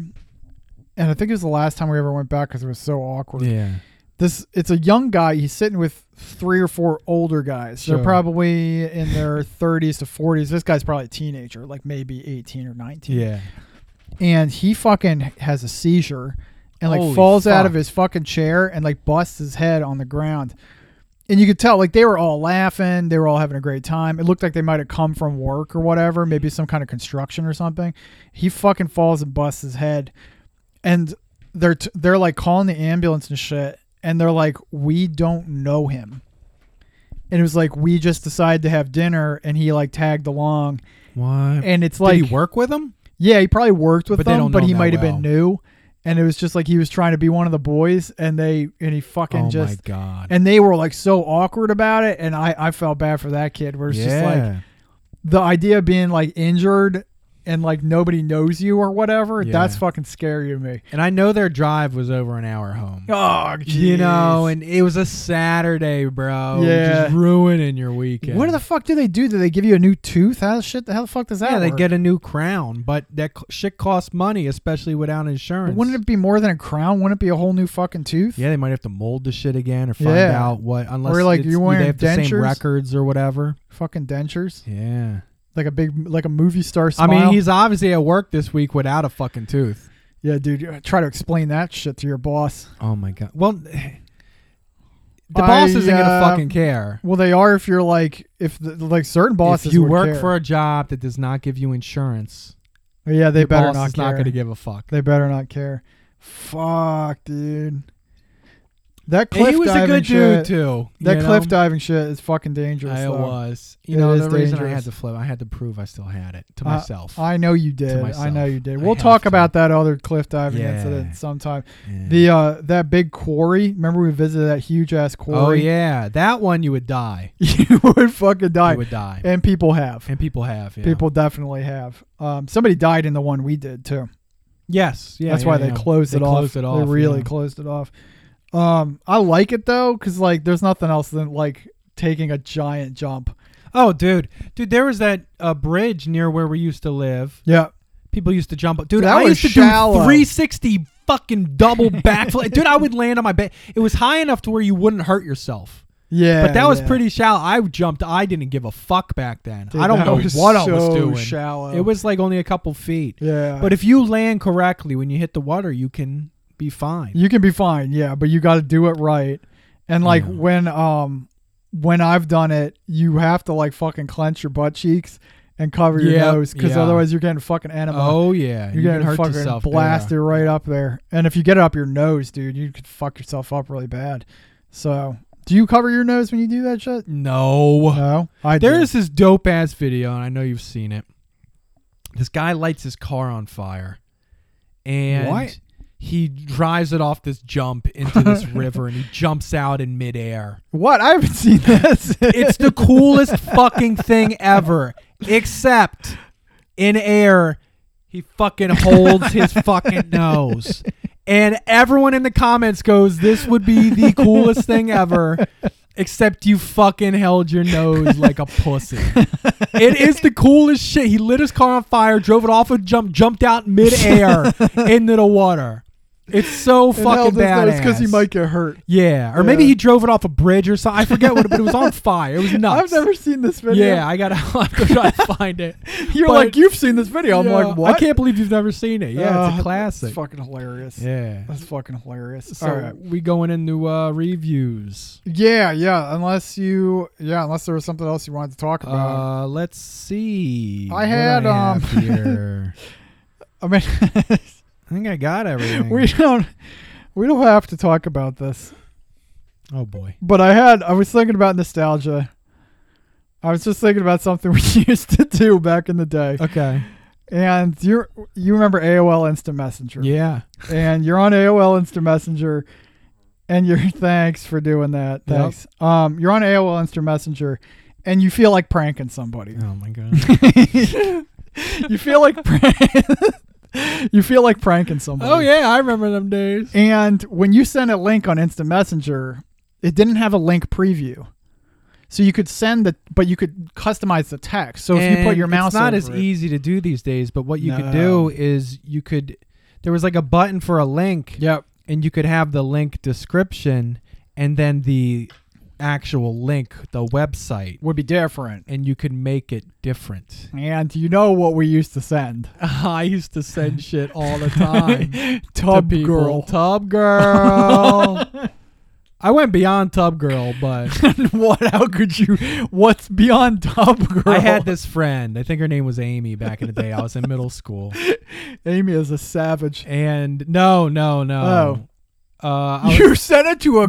B: and I think it was the last time we ever went back cuz it was so awkward.
A: yeah.
B: This it's a young guy, he's sitting with three or four older guys.
A: Sure.
B: They're probably in their 30s to 40s. This guy's probably a teenager, like maybe 18 or 19.
A: Yeah.
B: And he fucking has a seizure and like
A: Holy
B: falls out
A: fuck.
B: of his fucking chair and like busts his head on the ground and you could tell like they were all laughing they were all having a great time it looked like they might have come from work or whatever maybe some kind of construction or something he fucking falls and busts his head and they're t- they're like calling the ambulance and shit and they're like we don't know him and it was like we just decided to have dinner and he like tagged along
A: Why?
B: and it's
A: Did
B: like
A: he work with him?
B: yeah he probably worked with
A: But they
B: them
A: don't know
B: but he
A: him
B: might have
A: that
B: been
A: well.
B: new and it was just like he was trying to be one of the boys, and they and he fucking
A: oh
B: just
A: my god.
B: and they were like so awkward about it, and I I felt bad for that kid. Where it's just like the idea of being like injured and like nobody knows you or whatever.
A: Yeah.
B: That's fucking scary to me.
A: and I know their drive was over an hour home.
B: Oh,
A: You know, and it was a Saturday, bro.
B: Yeah.
A: Just ruining your weekend.
B: What the fuck do they do? Do they give you a new tooth? How the shit? How the fuck does that?
A: Yeah, they
B: work?
A: get a new crown, but that c- shit costs money, especially without insurance.
B: But wouldn't it be more than a crown? Wouldn't it be a whole new fucking tooth?
A: Yeah, they might have to mold the shit again or find
B: Yeah.
A: out what unless
B: Or, like,
A: it's-
B: you're wearing
A: they have the same
B: dentures?
A: records or whatever.
B: Fucking dentures,
A: Yeah.
B: like a big, like a movie star smile.
A: I mean, he's obviously at work this week without a fucking tooth.
B: yeah, dude. uh, Try to explain that shit to your boss.
A: Oh my god. Well, the boss
B: I,
A: isn't gonna
B: uh,
A: fucking care.
B: Well, they are if you're like if the, like certain bosses.
A: if you
B: would
A: work
B: care.
A: for a job that does not give you insurance,
B: yeah, they
A: your
B: better
A: boss
B: not
A: is
B: care.
A: not gonna give a fuck.
B: they better not care. Fuck, dude. That
A: And
B: cliff
A: he was a
B: diving
A: good
B: shit,
A: dude too.
B: That
A: you
B: cliff
A: know?
B: diving shit is fucking dangerous.
A: I
B: though.
A: was. You
B: It
A: know,
B: is
A: the reason I
B: dangerous.
A: had to flip, I had to prove I still had it to
B: Uh,
A: myself.
B: I know you did. I know
A: myself.
B: you did.
A: I
B: We'll
A: have
B: talk
A: to.
B: about that other cliff diving
A: Yeah.
B: incident sometime.
A: Yeah.
B: The uh that big quarry. Remember we visited that huge ass quarry.
A: oh yeah, that one you would die.
B: you would fucking die,
A: You would die,
B: and people have.
A: and people have. Yeah.
B: People definitely have. Um, somebody died in the one we did too.
A: Yes. Yeah.
B: That's
A: yeah,
B: why
A: yeah.
B: they closed it off.
A: Closed it off.
B: They really
A: yeah.
B: closed it off. Um, I like it though, cause like there's nothing else than like taking a giant jump.
A: Oh, dude, dude, there was that uh, bridge near where we used to live.
B: Yeah,
A: People used to jump up. Dude,
B: That
A: I
B: was
A: used to
B: shallow.
A: do 360 fucking double backflip. dude, I would land on my back. It was high enough to where you wouldn't hurt yourself.
B: yeah.
A: But that was
B: yeah.
A: pretty shallow. I jumped. I didn't give a fuck back then.
B: Dude,
A: I don't
B: that
A: know
B: was
A: what I
B: so
A: was doing.
B: Shallow.
A: It was like only a couple feet.
B: Yeah.
A: But if you land correctly when you hit the water, you can be fine.
B: you can be fine yeah but you got to do it right and like
A: Yeah.
B: when um when i've done it you have to like fucking clench your butt cheeks and cover your
A: Yeah,
B: nose because
A: yeah.
B: otherwise you're getting fucking enema
A: oh yeah,
B: you're
A: you can
B: getting
A: hurt
B: fucking
A: yourself. there.
B: blasted right up there and if you get it up your nose dude you could fuck yourself up really bad so do you cover your nose when you do that shit
A: No.
B: no i do.
A: There's this dope ass video, and I know you've seen it. This guy lights his car on fire, and
B: What?
A: he drives it off this jump into this river, and he jumps out in midair.
B: what i haven't seen this
A: It's the coolest fucking thing ever, except in air, he fucking holds his fucking nose. And everyone in the comments goes, This would be the coolest thing ever, except you fucking held your nose like a pussy. It is the coolest shit. He lit his car on fire, drove it off a jump, jumped out midair into the water. It's so fucking bad.
B: because he might get hurt
A: Yeah, or maybe
B: Yeah.
A: he drove it off a bridge or something. I forget what, but it was on fire. It was nuts.
B: i've never seen this video
A: Yeah, I gotta I'll have to try to find it.
B: you're
A: but-
B: like you've seen this video i'm
A: Yeah,
B: like what
A: I can't believe you've never seen it. Yeah,
B: Uh,
A: it's a
B: that's
A: classic.
B: fucking hilarious.
A: yeah.
B: That's fucking hilarious.
A: So
B: All right.
A: we going into uh, reviews.
B: Yeah, yeah. Unless you, yeah, unless there was something else you wanted to talk about.
A: Uh, let's see.
B: I
A: what
B: had,
A: I
B: um,
A: have here. Uh,
B: I mean,
A: I think I got everything.
B: we don't, we don't have to talk about this.
A: oh boy.
B: But I had, I was thinking about nostalgia. I was just thinking about something we used to do back in the day.
A: Okay.
B: And you, you remember AOL Instant Messenger?
A: Yeah.
B: and you're on AOL Instant Messenger, and you're thanks for doing that.
A: Yep.
B: Thanks. Um, you're on AOL Instant Messenger, and you feel like pranking somebody.
A: Oh my god.
B: you feel like prank- you feel like pranking somebody.
A: oh yeah, I remember them days.
B: And when you sent a link on Instant Messenger, it didn't have a link preview. So you could send the, but you could customize the text. So if you put
A: And
B: your mouse,
A: it's not
B: over
A: as
B: it-
A: easy to do these days. But what you could
B: No.
A: do is you could. There was like a button for a link.
B: Yep.
A: and you could have the link description and then the actual link, the website,
B: Would be different.
A: and you could make it different.
B: And you know what we used to send?
A: I used to send shit all the time.
B: Tub
A: to people.
B: girl.
A: Tub girl. I went beyond tub girl, but
B: what? How could you? What's beyond Top Girl?
A: I had this friend. I think her name was Amy back in the day. I was in middle school.
B: Amy is a savage.
A: And no, no, no. Oh. Uh, I was
B: You sent it to a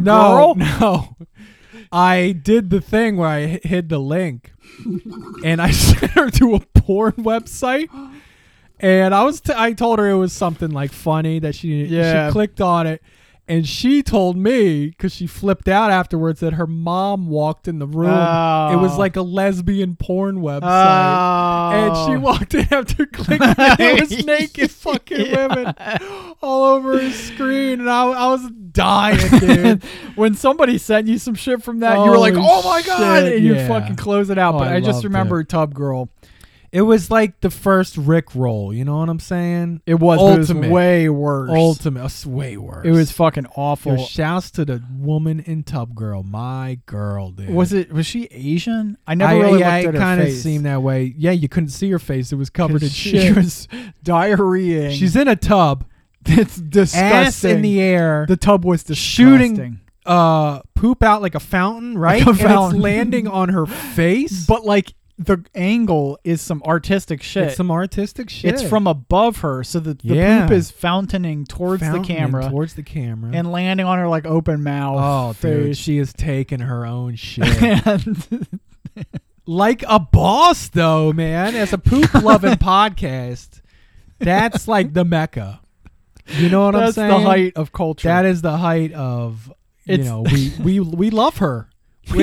B: girl.
A: No, no. I did the thing where I h- hid the link, and I sent her to a porn website, and I was t- I told her it was something like funny that she
B: Yeah.
A: she clicked on it, and she told me because she flipped out afterwards that her mom walked in the room. It was
B: Oh.
A: like a lesbian porn website. And
B: Oh.
A: she walked in after clicking. And it was naked fucking women all over his screen, and I, I was dying, dude.
B: when somebody sent you some shit from that, you were like,
A: Holy
B: "Oh my god!"
A: shit,
B: and you
A: yeah.
B: fucking close it out.
A: Oh,
B: but
A: I
B: I,
A: loved
B: just remember Tub Girl.
A: it was like the first Rick roll. You know what I'm saying?
B: It was, but it was
A: Ultimate.
B: way worse.
A: Ultimate, it's way worse.
B: It was fucking awful.
A: Yo, shouts to the woman in Tub Girl. My girl, dude.
B: was it? Was she Asian? I never
A: I,
B: really
A: yeah,
B: looked
A: it
B: at her
A: kind of
B: face.
A: seemed that way. Yeah, you couldn't see her face. It was covered in
B: she
A: shit.
B: was diarrheaing.
A: She's in a tub,
B: it's
A: ass
B: disgusting.
A: in the air,
B: The tub was disgusting.
A: Shooting- uh, poop out like a fountain, right?
B: Like a
A: And
B: fountain.
A: it's landing on her face.
B: but like the angle is some artistic shit.
A: it's some artistic shit.
B: It's from above her, so the, the
A: Yeah.
B: poop is fountaining towards
A: Fountain
B: the camera
A: Towards the camera.
B: and landing on her like open mouth.
A: oh, dude,
B: face.
A: she is taking her own shit.
B: and
A: like a boss, though, man. As a poop loving podcast, that's like the mecca. You know what
B: that's
A: I'm saying?
B: the height of culture.
A: That is the height of you
B: It's-
A: know we we we love her. We,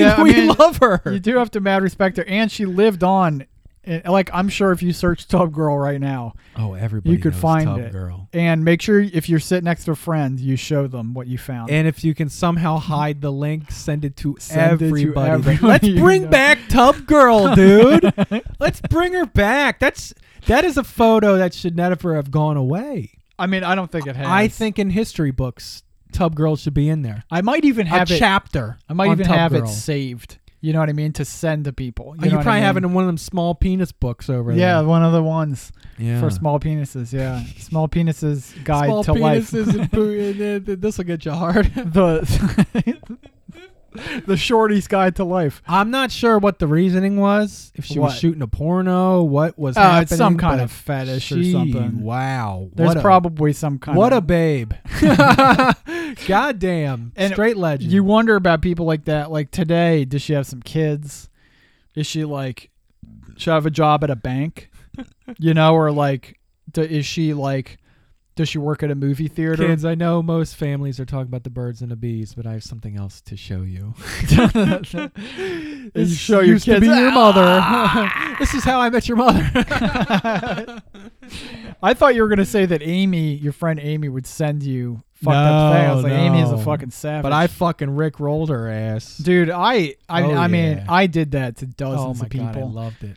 B: Yeah, I
A: we
B: mean,
A: love her.
B: you do have to mad respect her, and she lived on. And, like I'm sure if you search Tub Girl right now,
A: oh, everybody
B: you could
A: knows
B: find
A: Tub
B: it.
A: Girl.
B: and make sure if you're sitting next to a friend, you show them what you found.
A: And if you can somehow hide the link, send it to
B: Send it to
A: everybody.
B: everybody
A: Let's
B: you
A: bring
B: know.
A: back Tub Girl, dude. Let's bring her back. That's that is a photo that should never have gone away.
B: I mean, I don't think it has.
A: I think in history books, Tub Girl should be in there.
B: I might even have
A: a
B: it.
A: chapter.
B: I might
A: on
B: even
A: Tub
B: have
A: Girl.
B: it saved. You know what I mean? To send to people.
A: You,
B: know what
A: probably
B: I
A: have it
B: mean?
A: in one of them small penis books over
B: Yeah,
A: there.
B: one of the ones
A: Yeah.
B: for small penises. Yeah, small penises guide
A: small
B: to life.
A: penises and boo- this will get you hard.
B: the the shorty's guide to life.
A: I'm not sure what the reasoning was. If she was
B: What?
A: shooting a porno, what was
B: Oh,
A: happening?
B: it's some kind
A: but
B: of fetish
A: she-
B: or something.
A: Wow.
B: There's
A: what a,
B: probably some kind.
A: what a
B: of,
A: babe. Goddamn.
B: And
A: Straight legend.
B: you wonder about people like that. Like today, does she have some kids? Is she like should I have a job at a bank? you know, or like, do, is she like, does she work at a movie theater?
A: kids, I know most families are talking about the birds and the bees, but I have something else to show you.
B: you
A: This
B: show your
A: used to
B: kids "Ah!"
A: be your
B: mother.
A: this is how I met your mother.
B: I thought you were gonna say that Amy, your friend Amy, would send you fucked
A: No,
B: up thing. I was like, Amy is a
A: no.
B: fucking savage.
A: but I fucking Rick rolled her ass.
B: dude, I, I,
A: Oh,
B: I mean,
A: yeah.
B: I did that to
A: oh
B: dozens
A: my
B: of people.
A: god, I loved it.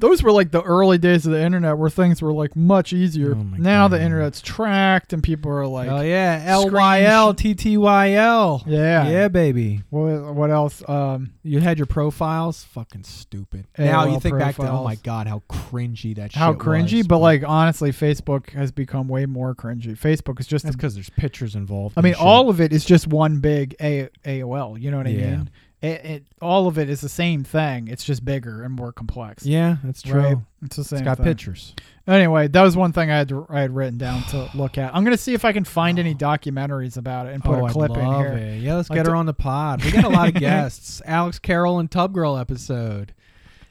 B: Those were like the early days of the internet where things were like much easier.
A: Oh my
B: now
A: God.
B: the internet's tracked and people are like,
A: oh yeah, L Y L T T Y L.
B: yeah,
A: Yeah, baby.
B: What, what else? Um,
A: You had your profiles, fucking stupid.
B: AOL
A: now you think back to, oh
B: profiles.
A: my god, how cringy that
B: how
A: shit
B: cringy,
A: was,
B: but
A: bro.
B: like honestly, Facebook has become way more cringy. Facebook is just a
A: that's because there's pictures involved.
B: I
A: and
B: mean,
A: shit.
B: all of it is just one big A- AOL. You know what I
A: Yeah.
B: mean? It, it all of it is the same thing. It's just bigger and more complex.
A: Yeah, that's true.
B: Right? It's the same.
A: It's got
B: thing.
A: pictures.
B: Anyway, that was one thing I had to, I had written down to look at. I'm gonna see if I can find any documentaries about it and put
A: oh,
B: a clip
A: I
B: in
A: love
B: here.
A: it. Yeah, let's
B: Like
A: get her
B: to-
A: on the pod. We got a lot of guests. Alex Carroll and Tub Girl episode.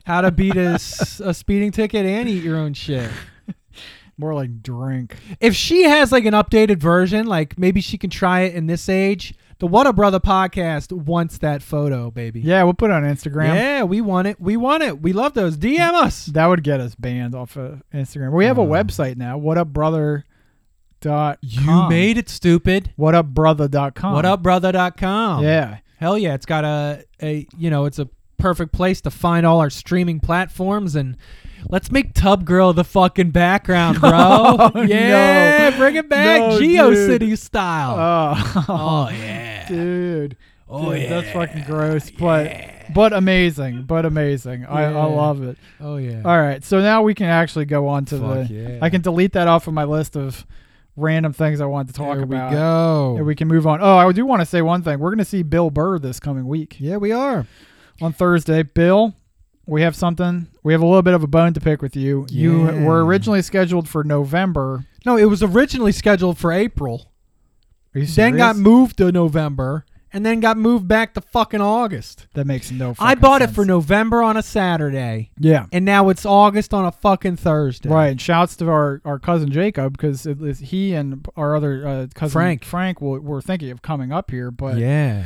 A: How to beat a, s- a speeding ticket and eat your own shit.
B: More like drink.
A: If she has like an updated version, like maybe she can try it in this age. The What a Brother podcast wants that photo, baby.
B: Yeah, we'll put it on Instagram.
A: Yeah, we want it. We want it. We love those. DM us.
B: That would get us banned off of Instagram. We have
A: Oh.
B: a website now. What up, brother? Dot
A: You
B: com.
A: made it stupid.
B: what up, brother? Dot com.
A: What up, brother.com.
B: Yeah.
A: Hell yeah. It's got a, a, you know, it's a perfect place to find all our streaming platforms and let's make Tub Girl the fucking background, bro.
B: Oh, No,
A: yeah. Bring it back.
B: No,
A: Geo
B: dude.
A: City style.
B: Oh,
A: oh, yeah.
B: dude.
A: Oh,
B: Dude,
A: yeah.
B: that's fucking gross, but but amazing, but amazing. I,
A: Yeah.
B: I love it.
A: Oh, yeah.
B: All right, so now we can actually go on to
A: Fuck
B: the.
A: yeah.
B: I can delete that off of my list of random things I want to talk
A: There
B: about.
A: we go.
B: And we can move on. Oh, I do want to say one thing. We're going to see Bill Burr this coming week
A: yeah, we are.
B: on Thursday. Bill, we have something. We have a little bit of a bone to pick with you.
A: Yeah.
B: You were originally scheduled for November.
A: No, it was originally scheduled for April.
B: Are you
A: then got
B: serious?
A: moved to November, and and then got moved back to fucking August.
B: That makes no.
A: I
B: fucking
A: bought it
B: sense.
A: for November on a Saturday,
B: Yeah.
A: and now it's August on a fucking Thursday.
B: Right, and shouts to our, our cousin Jacob because it, it's he and our other uh, cousin
A: Frank.
B: Frank were, were thinking of coming up here, but
A: Yeah.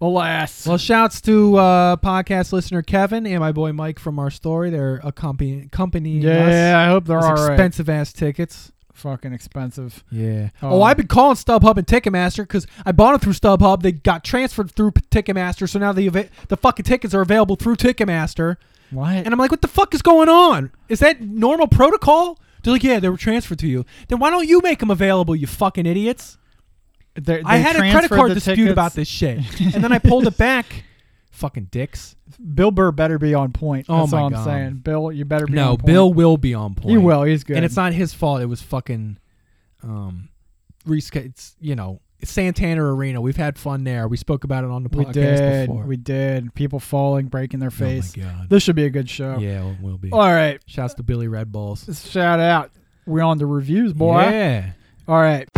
B: alas,
A: Well, shouts to uh, podcast listener Kevin and my boy Mike from our story. They're accompanying, accompanying
B: yeah,
A: us.
B: I hope they're all
A: Those
B: right.
A: expensive ass tickets.
B: Fucking expensive.
A: Yeah.
B: Oh.
A: Oh, I've been calling StubHub and Ticketmaster because I bought them through StubHub. They got transferred through P- Ticketmaster, so now the ava- the fucking tickets are available through Ticketmaster.
B: What?
A: And I'm like, what the fuck is going on? Is that normal protocol? They're like, yeah, they were transferred to you. Then why don't you make them available, you fucking idiots?
B: They-
A: I
B: they
A: had a credit
B: transferred
A: card
B: the
A: dispute
B: tickets.
A: about this shit, and then I pulled it back. Fucking dicks.
B: Bill Burr better be on point.
A: Oh
B: That's
A: my
B: all I'm
A: God.
B: saying. Bill, you better be.
A: No,
B: on point.
A: Bill will be on point.
B: He will. He's good.
A: And it's not his fault. It was fucking, um, resch- It's you know Santana Arena. We've had fun there. We spoke about it on the
B: We
A: podcast
B: did.
A: before.
B: We did. People falling, breaking their
A: oh my
B: face.
A: god.
B: This should be a good show.
A: yeah, it will be.
B: All right,
A: Shouts to Billy Red Balls.
B: shout out. We're on the reviews, boy.
A: Yeah.
B: All right.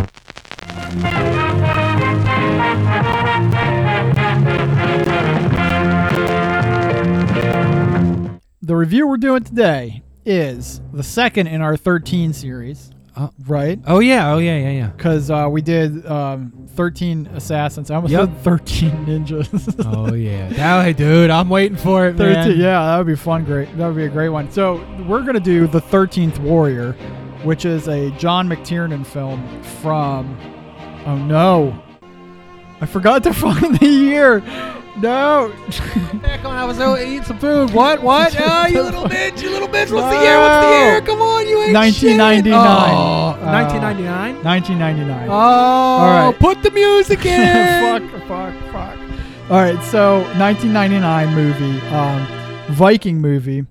B: The review we're doing today is the second in our 13 series,
A: Uh,
B: right?
A: Oh yeah. Oh yeah. Yeah. Yeah.
B: Because uh, we did um, 13 assassins. I almost
A: Yep.
B: said 13 ninjas.
A: oh yeah. That, hey, dude, I'm waiting for it,
B: 13,
A: man.
B: yeah, that would be fun. Great, that would be a great one. So we're gonna do the Thirteenth Warrior, which is a John McTiernan film from. Oh no, I forgot to find the year. No,
A: Back on, I was out eating some food. What? What? Oh, you little bitch! You little bitch! What's the
B: No.
A: year? What's the year? Come on, you ain't shit.
B: 1999.
A: Oh,
B: Uh,
A: 1999.
B: 1999.
A: Oh, all
B: right.
A: put the music in.
B: fuck, fuck, fuck. All right, so 1999 movie, um, Viking movie,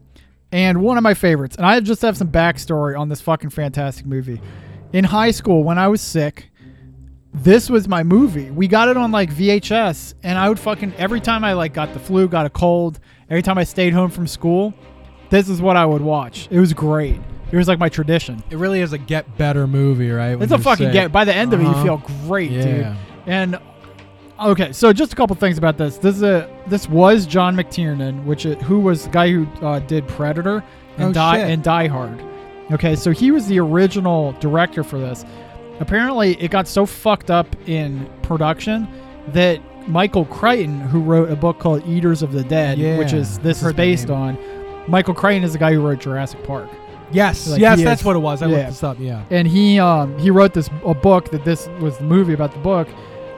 B: and one of my favorites. And I just have some backstory on this fucking fantastic movie. In high school, when I was sick, this was my movie. We got it on like VHS, and I would fucking every time I like got the flu, got a cold, every time I stayed home from school, this is what I would watch. It was great. It was like my tradition.
A: It really is a get better movie, right?
B: It's a fucking get. By the end of it, you
A: Uh-huh.
B: feel great,
A: Yeah.
B: dude. And okay, so just a couple things about this. This is a this was John McTiernan, which is, who was the guy who uh, did Predator and
A: Oh,
B: Die
A: shit.
B: and Die Hard. Okay, so he was the original director for this. Apparently, it got so fucked up in production that Michael Crichton, who wrote a book called Eaters of the Dead, which
A: Yeah,
B: is this
A: I've
B: is
A: heard that
B: based
A: name.
B: on, Michael Crichton is the guy who wrote Jurassic Park.
A: Yes,
B: Like,
A: yes,
B: he
A: that's
B: is-
A: what it was. I
B: yeah.
A: looked this up. Yeah.
B: and he um, he wrote this a book that this was the movie about the book.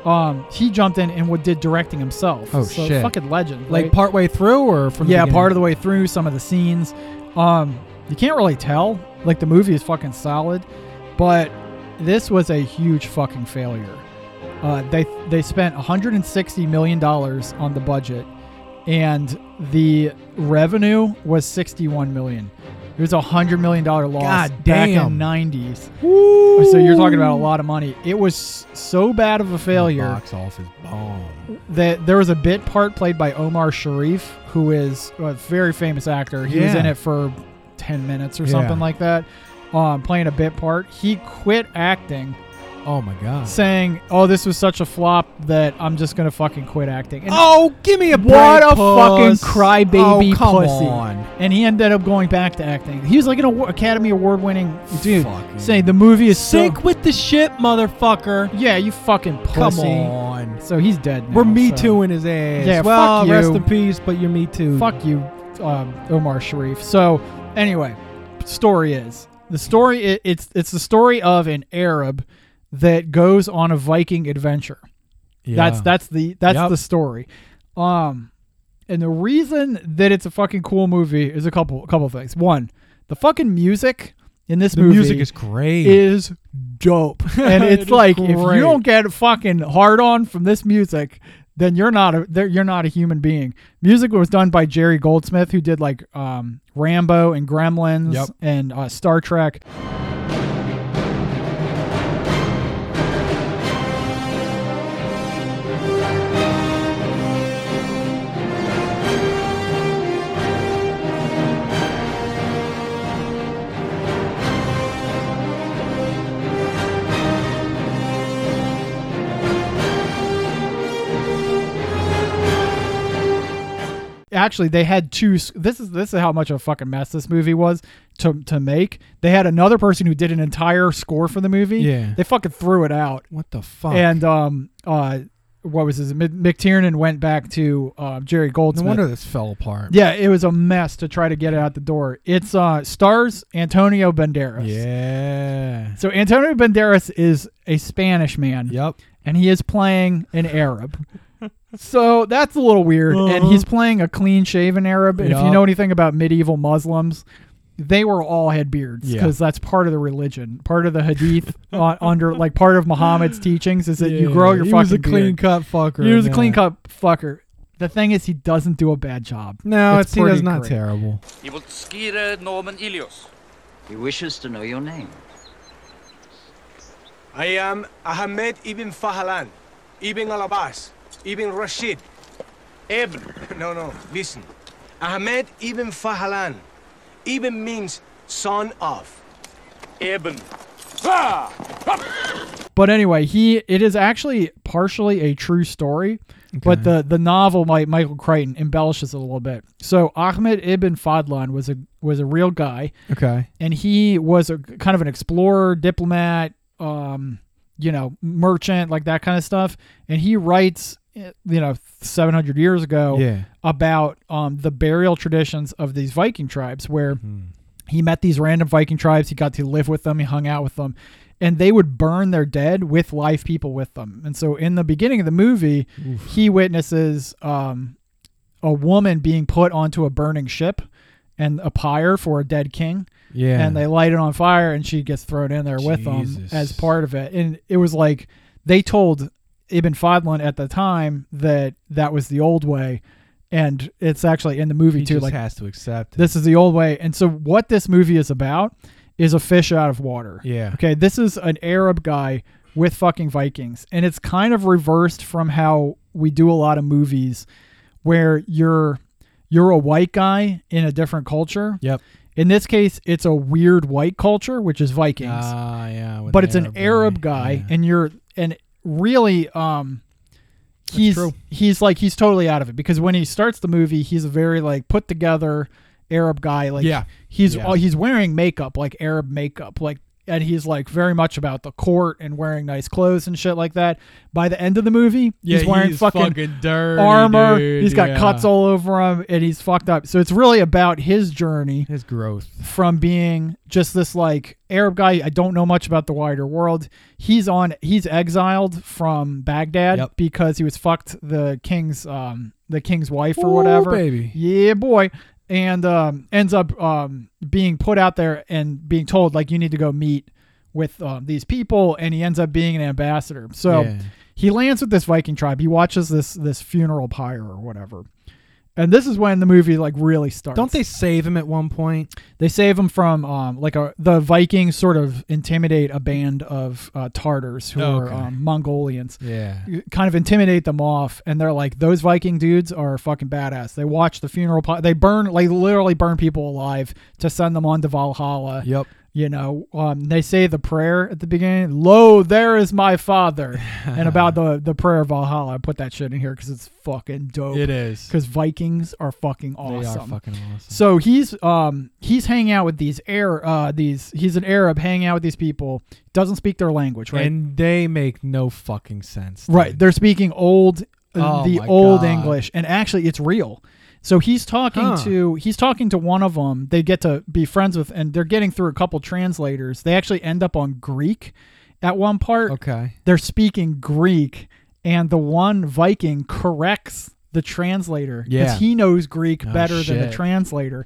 B: Um, he jumped in and what did directing himself.
A: Oh,
B: so
A: shit.
B: Fucking legend.
A: Like
B: right?
A: partway through, or from
B: yeah, part of the way through some of the scenes. Um, you can't really tell. Like the movie is fucking solid, but this was a huge fucking failure. Uh, they they spent 160 million dollars on the budget, and the revenue was 61 million. It was a hundred million dollar loss
A: God
B: back
A: damn.
B: in '90s.
A: the. Woo!
B: So you're talking about a lot of money. It was so bad of a failure
A: Box office bomb.
B: that there was a bit part played by Omar Sharif, who is a very famous actor. He was
A: Yeah.
B: in it for 10 minutes or
A: Yeah.
B: something like that, um, playing a bit part. He quit acting,
A: Oh my god.
B: saying, "Oh, this was such a flop that I'm just gonna fucking quit acting." And
A: Oh, give me a
B: What
A: break,
B: a
A: puss.
B: fucking crybaby
A: oh, come
B: pussy.
A: On.
B: and he ended up going back to acting. He was like an award- Academy Award winning dude,
A: Fucking
B: saying the movie is so-
A: Sink with the shit, motherfucker.
B: Yeah, you fucking
A: Come
B: pussy.
A: on.
B: So he's dead. Now,
A: We're me
B: so-
A: too in his ass.
B: Yeah,
A: well,
B: fuck you.
A: rest in peace, but you're me too.
B: Fuck you, um, Omar Sharif. So, anyway, story is the story. i it's it's the story of an Arab that goes on a Viking adventure.
A: Yeah.
B: That's that's the that's
A: Yep.
B: the story. Um, and the reason that it's a fucking cool movie is a couple a couple things. One, the fucking music in this
A: The
B: movie
A: music is great.
B: is dope. And
A: It
B: it's
A: is
B: like if you
A: great.
B: don't get fucking hard on from this music, then you're not a there- you're not a human being. Music was done by Jerry Goldsmith, who did like um, Rambo and Gremlins
A: Yep.
B: and uh, Star Trek. actually they had two. s- This is this is how much of a fucking mess this movie was to to make. They had another person who did an entire score for the movie.
A: Yeah.
B: they fucking threw it out.
A: What the fuck?
B: And um uh, what was his Mc- McTiernan went back to uh, Jerry
A: no
B: Goldsmith.
A: wonder this fell apart.
B: yeah, it was a mess to try to get it out the door. It's uh stars Antonio Banderas.
A: Yeah.
B: So Antonio Banderas is a Spanish man.
A: Yep.
B: and he is playing an Arab. so that's a little weird. And
A: Uh-huh.
B: he's playing a clean shaven Arab. And if you
A: Yeah.
B: know anything about medieval Muslims, they were all had beards
A: Yeah.
B: because that's part of the religion, part of the Hadith on, under like part of Muhammad's teachings is that you grow your
A: he
B: fucking
A: was a clean
B: beard.
A: cut fucker.
B: He was a
A: yeah.
B: clean cut fucker. The thing is, he doesn't do a bad job.
A: No,
B: It's
A: it's, it's
B: pretty
A: not
B: great.
A: terrible.
C: He will skire Norman Ilios.
D: He wishes to know your name.
E: I am Ahmed ibn Fahlan, ibn al Abbas, ibn Rashid. Ibn. No, no, listen. Ahmed ibn Fahlan. Ibn means son of.
C: Eben.
B: But anyway, he it is actually partially a true story, but the the novel by Michael Crichton embellishes it a little bit. So Ahmed ibn Fadlan was a was a real guy,
A: Okay.
B: and he was a kind of an explorer, diplomat, um, you know, merchant, like that kind of stuff. And he writes, eh, you know, 700 years ago
A: Yeah.
B: about um, the burial traditions of these Viking tribes,
A: Mm-hmm.
B: where
A: Hmm.
B: he met these random Viking tribes. He got to live with them. He hung out with them. And they would burn their dead with live people with them. And so, in the beginning of the movie, he witnesses um, a woman being put onto a burning ship and a pyre for a dead king.
A: Yeah.
B: And they light it on fire, and she gets thrown in there with them
A: Jesus.
B: as part of it. And it was like they told Ibn Fadlan at the time that that was the old way. And it's actually in the movie
A: he
B: too.
A: just
B: Like
A: has to accept. It.
B: this is the old way. And so what this movie is about is a fish out of water.
A: Yeah.
B: Okay, this is an Arab guy with fucking Vikings. And it's kind of reversed from how we do a lot of movies where you're you're a white guy in a different culture.
A: Yep.
B: In this case, it's a weird white culture, which is Vikings.
A: Ah, yeah. with
B: but
A: the
B: it's an Arab guy
A: Yeah.
B: and you're and really um he's
A: true.
B: he's like he's totally out of it because when he starts the movie he's a very like put together Arab guy like
A: Yeah.
B: he's
A: Yeah.
B: uh, he's wearing makeup like Arab makeup like and he's like very much about the court and wearing nice clothes and shit like that by the end of the movie
A: yeah,
B: he's wearing
A: he's
B: fucking,
A: dirty,
B: armor
A: dude,
B: he's got
A: yeah.
B: cuts all over him and he's fucked up so it's really about his journey
A: His growth.
B: from being just this like Arab guy. I don't know much about the wider world. He's on. He's exiled from Baghdad
A: Yep.
B: because he was fucked the king's um the king's wife or whatever.
A: baby.
B: Yeah, boy. And um, ends up um, being put out there and being told like you need to go meet with um, these people, and he ends up being an ambassador. So
A: Yeah.
B: he lands with this Viking tribe. He watches this this funeral pyre or whatever, and this is when the movie like really starts.
A: Don't they save him at one point?
B: They save him from um, like a, the Vikings sort of intimidate a band of uh, Tartars who
A: Oh,
B: are
A: okay.
B: um, Mongolians.
A: Yeah.
B: Kind of intimidate them off, and they're like, "Those Viking dudes are fucking badass." They watch the funeral. Po- they burn, like, literally burn people alive to send them on to Valhalla.
A: Yep.
B: You know, um, they say the prayer at the beginning. Lo, there is my father, and about the the prayer of Valhalla. I put that shit in here because it's fucking dope.
A: It is.
B: because Vikings are fucking awesome.
A: They are fucking awesome.
B: So he's um he's hanging out with these air uh these he's an Arab hanging out with these people doesn't speak their language right
A: And they make no fucking sense. dude.
B: right they're speaking old uh,
A: Oh
B: the
A: my
B: old
A: God.
B: English and actually it's real so he's talking
A: Huh.
B: to he's talking to one of them they get to be friends with and they're getting through a couple translators they actually end up on Greek at one part
A: Okay.
B: they're speaking Greek, and the one Viking corrects the translator because
A: Yeah.
B: he knows Greek
A: Oh,
B: better than the
A: shit.
B: translator.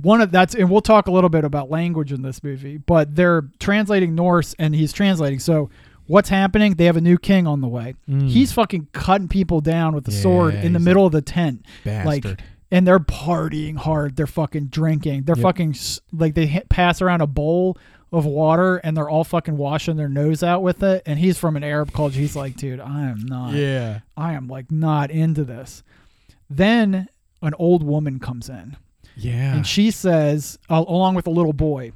B: One of that's and we'll talk a little bit about language in this movie, but they're translating Norse and he's translating. So what's happening? They have a new king on the way. He's fucking cutting people down with the sword
A: Mm. Yeah,
B: in the
A: he's
B: middle of the tent, like.
A: Bastard.
B: And they're partying hard. They're fucking drinking. They're fucking s- like they hit, pass around a bowl of water and they're all fucking washing their nose out with it. And he's from an Arab culture. He's like, dude, I am not.
A: Yeah.
B: I am like not into this. Then an old woman comes in
A: Yeah.
B: and she says, al- along with a little boy,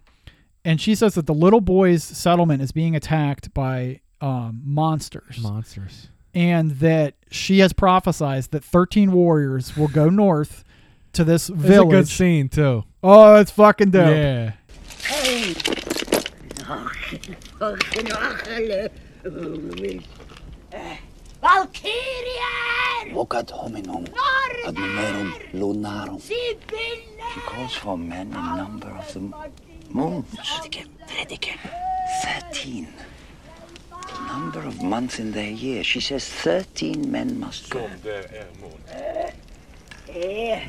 B: and she says that the little boy's settlement is being attacked by um, monsters,
A: Monsters.
B: and that she has prophesized that 13 warriors will go north to this
A: It's a good
B: village.
A: scene too.
B: oh, it's fucking dope.
A: Yeah.
F: Valkyrian!
D: Vocat hominum ad numerum lunarum. He calls for men in number of the moons. Thirteen. The number of months in their year. She says thirteen men must go.
F: Eh,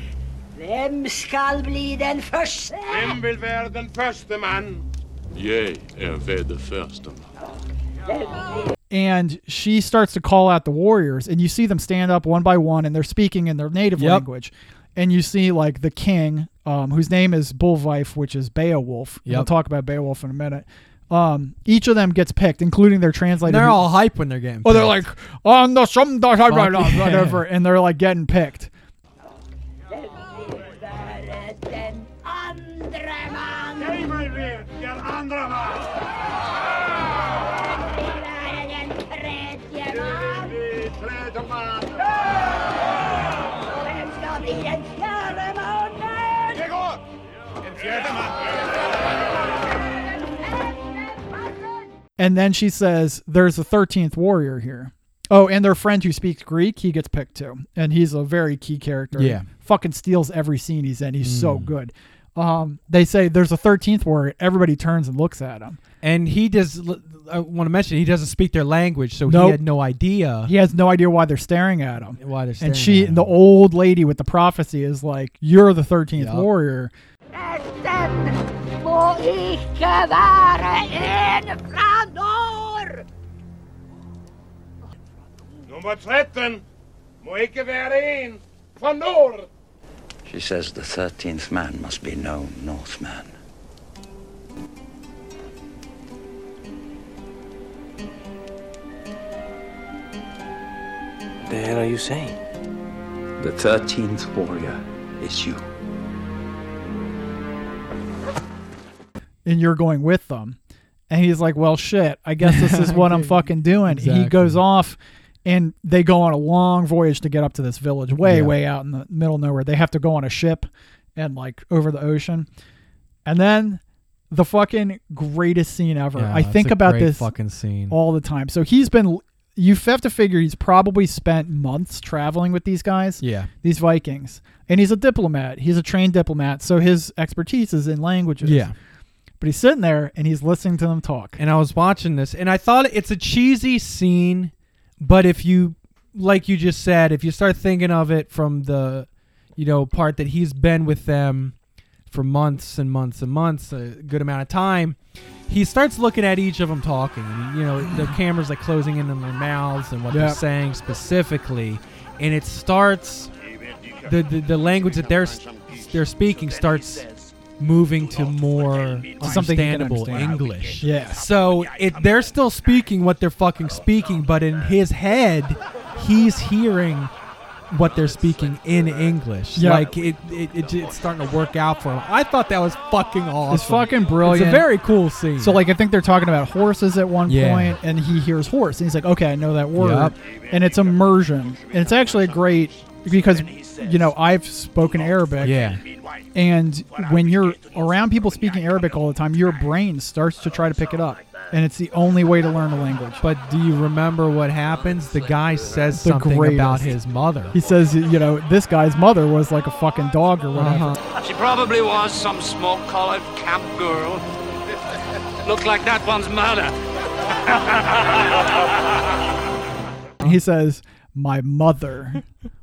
F: Hvem skal bli den første?
G: Hvem vil være den første mand? Jeg er ved det første mand.
B: and she starts to call out the warriors and you see them stand up one by one and they're speaking in their native
A: Yep.
B: language and you see like the king um, whose name is Bulvife, which is beowulf And we'll
A: Yep.
B: talk about beowulf in a minute um, each of them gets picked including their translator
A: They're
B: who-
A: all hype when they're getting.
B: oh they're
A: picked.
B: like on the some da- da- da- da-
A: Fuck yeah.
B: whatever and they're like getting picked
F: Hvem vil være den andre mann?
G: Jeg vil være den andre mand.
F: Hvem vil være den tredje mann?
G: Den tredje mand.
F: Og hvem skal bli den fjerde mannen?
G: Jeg går. Den fjerde mand.
F: Den femte mannen!
B: and then she says there's a 13th warrior here oh and their friend who speaks greek he gets picked too and he's a very key character
A: Yeah. Mm.
B: fucking steals every scene he's in he's so good um, they say there's a 13th warrior everybody turns and looks at him
A: and he does. I want to mention he doesn't speak their language, so
B: Nope.
A: he had no idea
B: he has no idea why they're staring at him
A: why they're. staring
B: and she
A: at him.
B: the old lady with the prophecy is like you're the 13th
A: Yeah.
B: warrior
F: Nesten må ikke være en fra nord!
G: Nummer 13 må ikke være en fra nord.
D: She says the thirteenth man must be no Northman.
H: The hell are you saying?
D: The thirteenth warrior is you.
B: and you're going with them. And he's like, well, shit, I guess this is what I'm fucking doing. He
A: Exactly.
B: goes off and they go on a long voyage to get up to this village way,
A: Yeah.
B: way out in the middle of nowhere. They have to go on a ship and like over the ocean. And then the fucking greatest scene ever.
A: Yeah,
B: I
A: it's
B: think
A: a
B: about
A: great
B: this
A: fucking scene.
B: all the time. So he's been, you have to figure he's probably spent months traveling with these guys
A: yeah,
B: these Vikings. And he's a diplomat. He's a trained diplomat, so his expertise is in languages.
A: Yeah.
B: But he's sitting there and he's listening to them talk.
A: and I was watching this, and I thought it's a cheesy scene, but if you, like you just said, if you start thinking of it from the, you know, part that he's been with them for months and months and months, a good amount of time, he starts looking at each of them talking. And, you know, the camera's like closing in on their mouths and what
B: Yeah.
A: they're saying specifically, and it starts. The, the, the language that they're s- they're speaking starts moving to more
B: Something you can
A: understandable
B: understand.
A: English.
B: Yeah.
A: So it they're still speaking what they're fucking speaking, but in his head, he's hearing what they're speaking in English.
B: Yeah.
A: Like it, it, it j- it's starting to work out for him. I thought that was fucking awesome.
B: It's fucking brilliant.
A: It's a very cool scene.
B: so like I think they're talking about horses at one
A: Yeah.
B: point, and he hears horse and he's like, Okay, I know that word.
A: Yup.
B: And it's immersion. And it's actually a great because you know, I've spoken Arabic
A: yeah,
B: and when you're around people speaking Arabic all the time, your brain starts to try to pick it up. And it's the only way to learn a language.
A: but do you remember what happens? The guy says
B: The
A: something about
B: greatest.
A: his mother.
B: He says, you know, this guy's mother was like a fucking dog or whatever.
C: She probably was some smoke-collared camp girl. Looked like that one's mother.
B: And he says, "My mother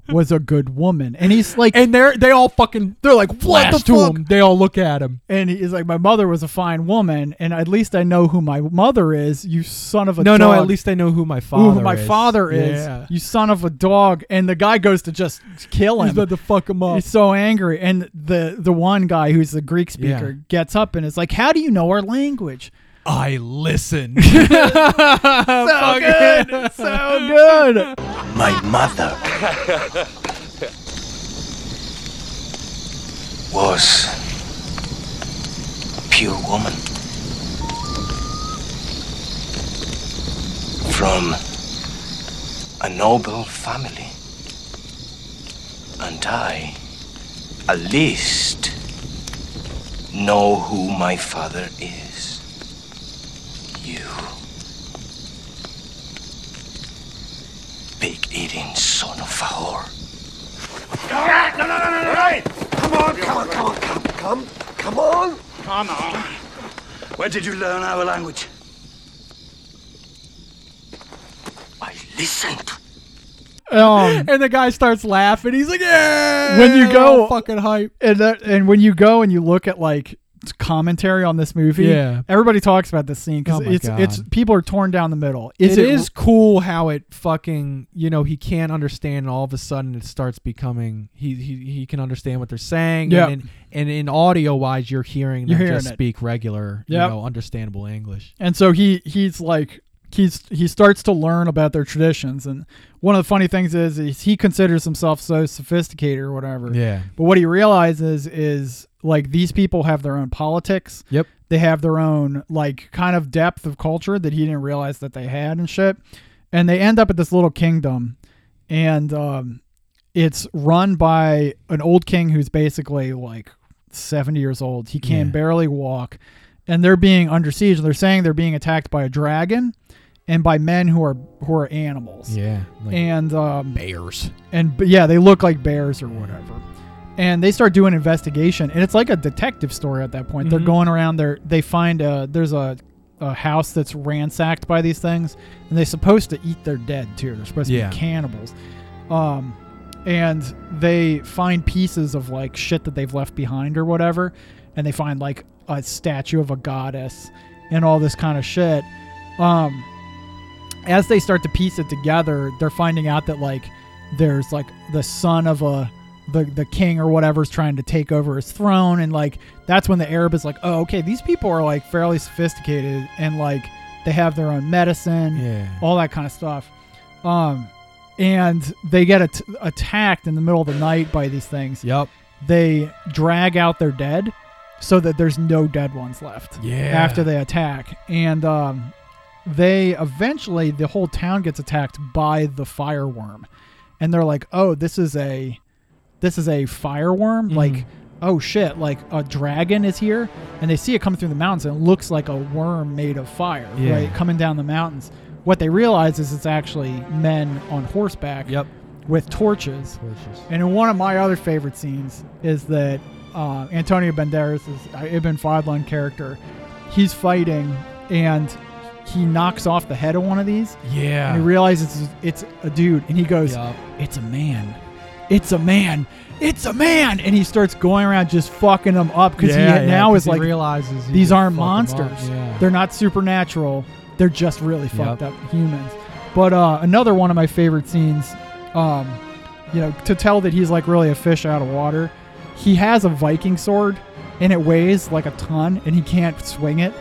B: was a good woman," and he's like, and,
A: And they're they all fucking they're like what
B: Blast
A: the
B: to
A: fuck?
B: him.
A: They all look at him.
B: he's like, "My mother was a fine woman, and at least I know who my mother is." You son of a
A: No,
B: dog.
A: no. At least I know who my
B: Ooh,
A: father.
B: uh, who my
A: is.
B: father is.
A: Yeah.
B: You son of a dog, and the guy goes to just kill him.
A: He's about to fuck him up.
B: He's so angry, and the the one guy who's the Greek speaker
A: Yeah.
B: gets up and is like, "How do you know our language?"
A: I listen.
B: So good, so good.
D: My mother
E: Was pure woman from a noble family, and I
D: At least know who my father is. You. Pig eating son of a whore. No, no, no, no, no, no! Come on, come on, come on, come, come, come on! Come on. Where did you learn our language? I listened.
B: Um,
A: And the guy starts laughing. He's like, "Yeah!"
B: When you
A: They're
B: go-
A: all fucking hype.
B: and that, and when you go and you look at like commentary on this movie,
A: Yeah.
B: everybody talks about this scene because
A: Oh my
B: it's it's
A: God.
B: people are torn down the middle.
A: It
B: Is it,
A: is cool how it fucking you know he can't understand and all of a sudden it starts becoming he he, he can understand what they're saying
B: Yeah.
A: and, in, and in audio wise you're hearing
B: You're
A: them
B: hearing
A: just
B: it.
A: speak regular
B: Yep.
A: you know understandable English
B: And so he he's like he's he starts to learn about their traditions. And one of the funny things is, is he considers himself so sophisticated or whatever.
A: yeah
B: But what he realizes is like these people have their own politics.
A: yep
B: They have their own like kind of depth of culture that he didn't realize that they had and shit. And they end up at this little kingdom and um it's run by an old king who's basically like 70 years old. He can
A: Yeah.
B: barely walk. And they're being under siege. They're saying they're being attacked by a dragon and by men who are who are animals.
A: yeah like
B: And um
A: bears
B: and but yeah, they look like bears or whatever. And they start doing investigation, and it's like a detective story at that point. They're
A: Mhm.
B: going around there. They find a there's a, a house that's ransacked by these things, and they're supposed to eat their dead too. They're supposed to
A: Yeah.
B: be cannibals. Um, and they find pieces of like shit that they've left behind or whatever, and they find like a statue of a goddess and all this kind of shit. Um, as they start to piece it together, they're finding out that like there's like the son of a the the king or whatever's trying to take over his throne, and like that's when the Arab is like, oh okay, these people are like fairly sophisticated and like they have their own medicine,
A: yeah
B: all that kind of stuff. Um, and they get at- attacked in the middle of the night by these things.
A: yep
B: They drag out their dead so that there's no dead ones left
A: yeah
B: after they attack. And um, they eventually, the whole town gets attacked by the fireworm. And they're like, oh, this is a, this is a fireworm.
A: Mm-hmm.
B: Like, oh shit, like a dragon is here. And they see it come through the mountains and it looks like a worm made of fire,
A: Yeah.
B: right? Coming down the mountains. What they realize is it's actually men on horseback
A: yep
B: with torches.
A: Torches.
B: And in one of my other favorite scenes is that uh, Antonio Banderas is uh, Ibn Fadlan character. He's fighting and he knocks off the head of one of these and he
A: yeah
B: realizes it's a dude and he goes,
A: Yup.
B: "It's a man, it's a man, it's a man," and he starts going around just fucking them up because
A: Yeah,
B: he
A: yeah,
B: now
A: 'cause
B: is
A: he
B: like,
A: realizes he
B: "These
A: can
B: aren't
A: fuck 'em up.
B: monsters.
A: Yeah.
B: They're not supernatural. They're just really
A: Yup.
B: fucked up humans." But uh, another one of my favorite scenes, um, you know, to tell that he's like really a fish out of water. He has a Viking sword and it weighs like a ton and he can't swing it.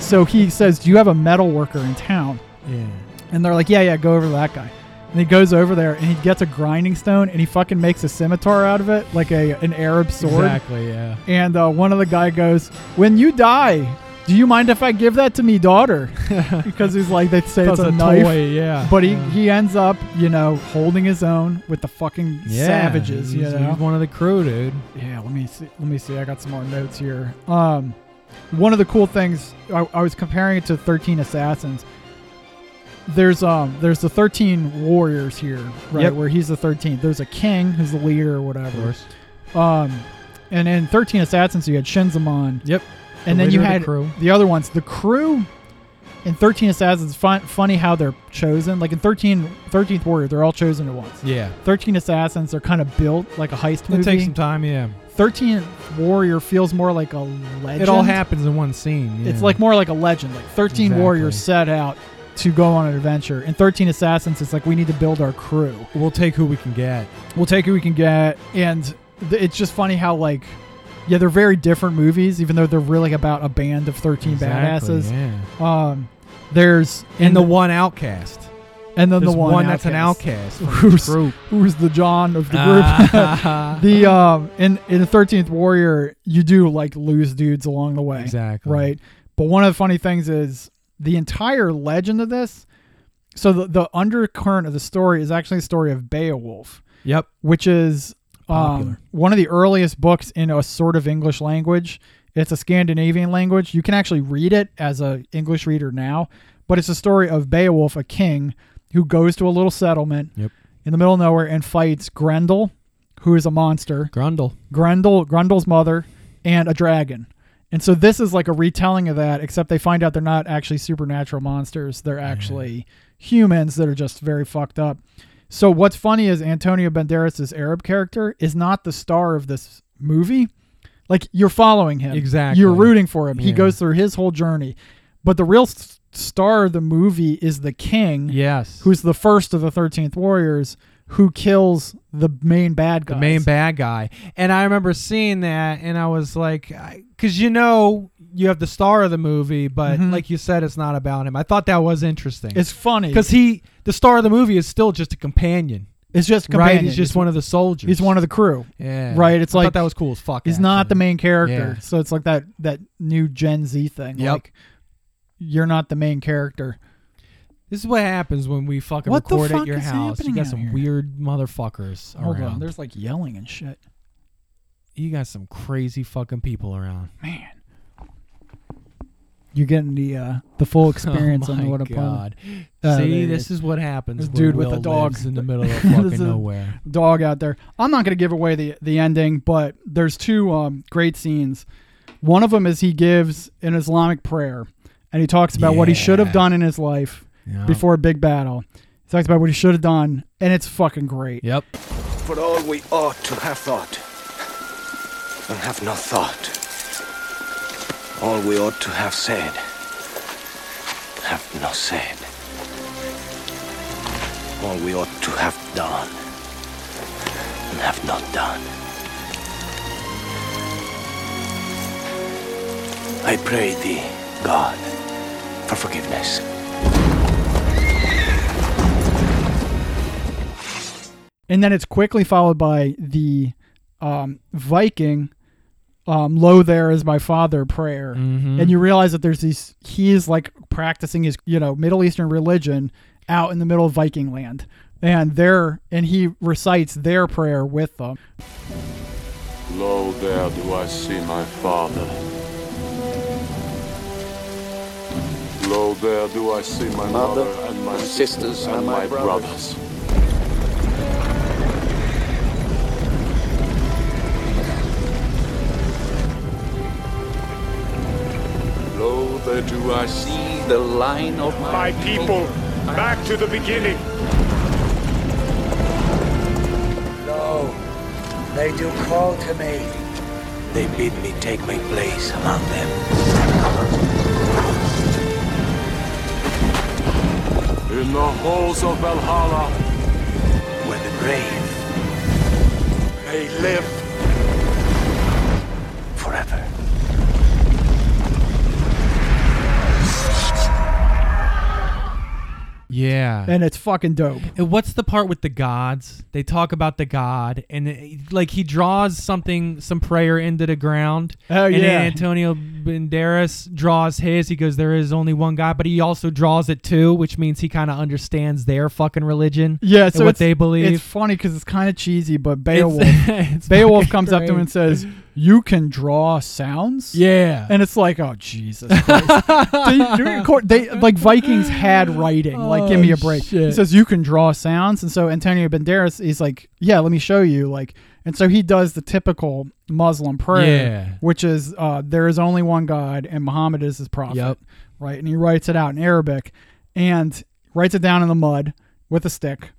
B: So he says, "Do you have a metal worker in town?"
A: yeah
B: And they're like, yeah, yeah, go over to that guy. And he goes over there and he gets a grinding stone and he fucking makes a scimitar out of it, like a an Arab sword.
A: exactly yeah
B: And uh, one of the guy goes, "When you die, do you mind if I give that to me daughter?" because he's like, they say it's a,
A: That's
B: knife.
A: toy yeah
B: But he,
A: Yeah.
B: he ends up, you know, holding his own with the fucking
A: Yeah,
B: savages. You
A: he's-
B: know,
A: he's one of the crew dude
B: yeah, let me see. Let me see. I got some more notes here. Um, one of the cool things I, I was comparing it to Thirteen Assassins. There's um there's the thirteen warriors here, right?
A: Yep.
B: Where he's the thirteenth. There's a king who's the leader or
A: of
B: whatever.
A: course
B: Um, and in Thirteen Assassins you had Shinzamon,
A: yep
B: and
A: The
B: then you
A: leader of the
B: had
A: crew.
B: the other ones. The crew in Thirteen Assassins. Fun, funny how they're chosen. Like in 13, 13th Warrior, they're all chosen at once.
A: yeah
B: Thirteen Assassins are kind of built like a heist movie.
A: it takes some time yeah
B: 13th Warrior feels more like a legend.
A: it all happens in one scene yeah.
B: It's like more like a legend. Like 13
A: Exactly.
B: Warriors set out to go on an adventure. And 13 Assassins, it's like we need to build our crew.
A: we'll take who we can get
B: We'll take who we can get. And th- it's just funny how, like, yeah, they're very different movies, even though they're really about a band of 13
A: Exactly,
B: badasses.
A: yeah.
B: Um, there's
A: and the one outcast.
B: and then the
A: There's
B: one,
A: that's an outcast from the
B: Who's-
A: group.
B: who's the John of the group.
A: Ah.
B: the um in in the Thirteenth Warrior, you do like lose dudes along the way,
A: Exactly.
B: right? But one of the funny things is the entire legend of this. So the the undercurrent of the story is actually the story of Beowulf,
A: yep.
B: which is um,
A: popular.
B: one of the earliest books in a sort of English language. It's a Scandinavian language. You can actually read it as a English reader now, but it's a story of Beowulf, a king who goes to a little settlement
A: Yep.
B: in the middle of nowhere and fights Grendel, who is a monster,
A: Grundle.
B: Grendel, Grendel's mother, and a dragon. And so this is like a retelling of that, except they find out they're not actually supernatural monsters. They're
A: Mm-hmm.
B: actually humans that are just very fucked up. So what's funny is Antonio Banderas' Arab character is not the star of this movie. Like you're following him.
A: Exactly.
B: You're rooting for him. He
A: Yeah.
B: goes through his whole journey. But the real s- star of the movie is the king,
A: Yes.
B: who's the first of the 13th Warriors, who kills the main bad guy.
A: the main bad guy. And I remember seeing that, and I was like, because you know you have the star of the movie, but like you said, it's not about him. I thought that was interesting.
B: Mm-hmm. It's funny.
A: because he, the star of the movie, is still just a companion,
B: It's just companion.
A: right? He's just one of the soldiers.
B: He's one of the crew.
A: yeah,
B: right, it's
A: I thought
B: like-
A: that was cool as fuck.
B: He's not the
A: actually.
B: main character.
A: Yeah.
B: So it's like that that new Gen Z thing.
A: Yep.
B: Like you're not the main character.
A: This is what happens when we fucking
B: What the
A: record
B: fuck
A: at your
B: is
A: house. You
B: happening
A: got
B: out
A: some
B: here?
A: weird motherfuckers
B: Hold
A: around.
B: on. There's like yelling and shit.
A: you got some crazy fucking people around.
B: Man. You're getting the uh, the full experience
A: oh
B: on
A: my
B: what a
A: God.
B: Uh,
A: See,
B: there-
A: this is what happens.
B: This
A: when
B: dude with
A: Will
B: a dog.
A: lives in the middle of
B: This
A: fucking
B: is-
A: nowhere.
B: dog out there. I'm not going to give away the the ending, but there's two um, great scenes. One of them is he gives an Islamic prayer, and he talks about what he should have
A: Yeah.
B: done in his life
A: Yeah.
B: before a big battle. He talks about what he should have done, and it's fucking great.
A: Yep.
E: For all we ought to have thought, and have not thought. All we ought to have said, have not said. All we ought to have done, and have not done. I pray thee, God, for forgiveness.
B: And then it's quickly followed by the um, Viking, um, "Lo, there is my father" prayer, and you realize that there's these. He is like practicing his, you know, Middle Eastern religion out in the middle of Viking land, and there, and he recites their prayer with them.
G: Lo, there do I see my father. Lo, there do I see my mother, and my sisters, and, my brothers. Lo, there do I see the line of my, people.
D: Back to the beginning.
E: Lo, they do call to me. They bid me take my place among them.
G: In the halls of Valhalla,
E: Where the brave
G: they live.
E: forever.
A: Yeah.
B: and it's fucking dope.
A: And what's the part with the gods? They talk about the god, and it- like he draws something, some prayer into the ground.
B: Oh,
A: and
B: yeah.
A: Antonio Banderas draws his. He goes, "There is only one God," but he also draws it too, which means he kind of understands their fucking religion.
B: Yeah,
A: and
B: so
A: what
B: it's,
A: they believe.
B: It's funny because it's kind of cheesy, but
A: It's-
B: Beowulf,
A: it's
B: Beowulf
A: fucking
B: comes up to him
A: great.
B: and says, "You can draw sounds."
A: "Yeah."
B: And it's like, oh Jesus! Christ. they, do record- they- like Vikings had writing. Like, give me a break.
A: Oh, shit.
B: He says you can draw sounds, and so Antonio Banderas is like, yeah, let me show you. Like, and so he does the typical Muslim prayer,
A: Yeah.
B: which is uh, there is only one God, and Muhammad is his prophet.
A: Yep.
B: Right, and he writes it out in Arabic, and writes it down in the mud with a stick,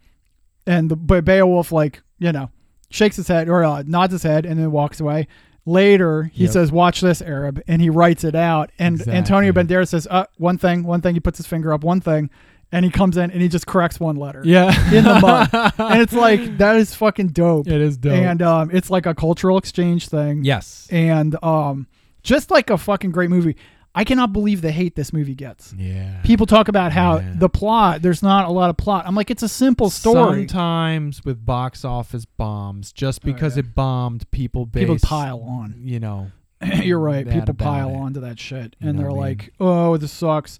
B: and the but Beowulf like you know shakes his head or uh, nods his head and then walks away. Later, he
A: Yep.
B: says, "Watch this, Arab," and he writes it out. And Antonio
A: Exactly.
B: Banderas says, uh, "One thing, one thing." He puts his finger up, one thing, and he comes in and he just corrects one letter.
A: yeah,
B: in the mud, and it's like that is fucking dope.
A: it is dope.
B: and um, it's like a cultural exchange thing.
A: yes,
B: and um, just like a fucking great movie. I cannot believe the hate this movie gets.
A: yeah.
B: People talk about how
A: Yeah.
B: the plot. There's not a lot of plot. I'm like, it's a simple story.
A: Sometimes with box office bombs, just because
B: yeah.
A: it bombed, Oh, people base,
B: People pile on.
A: You know,
B: You're right.
A: that
B: People
A: about
B: pile
A: it.
B: onto that shit,
A: You
B: and
A: know
B: they're
A: what I mean?
B: like, "Oh, this sucks."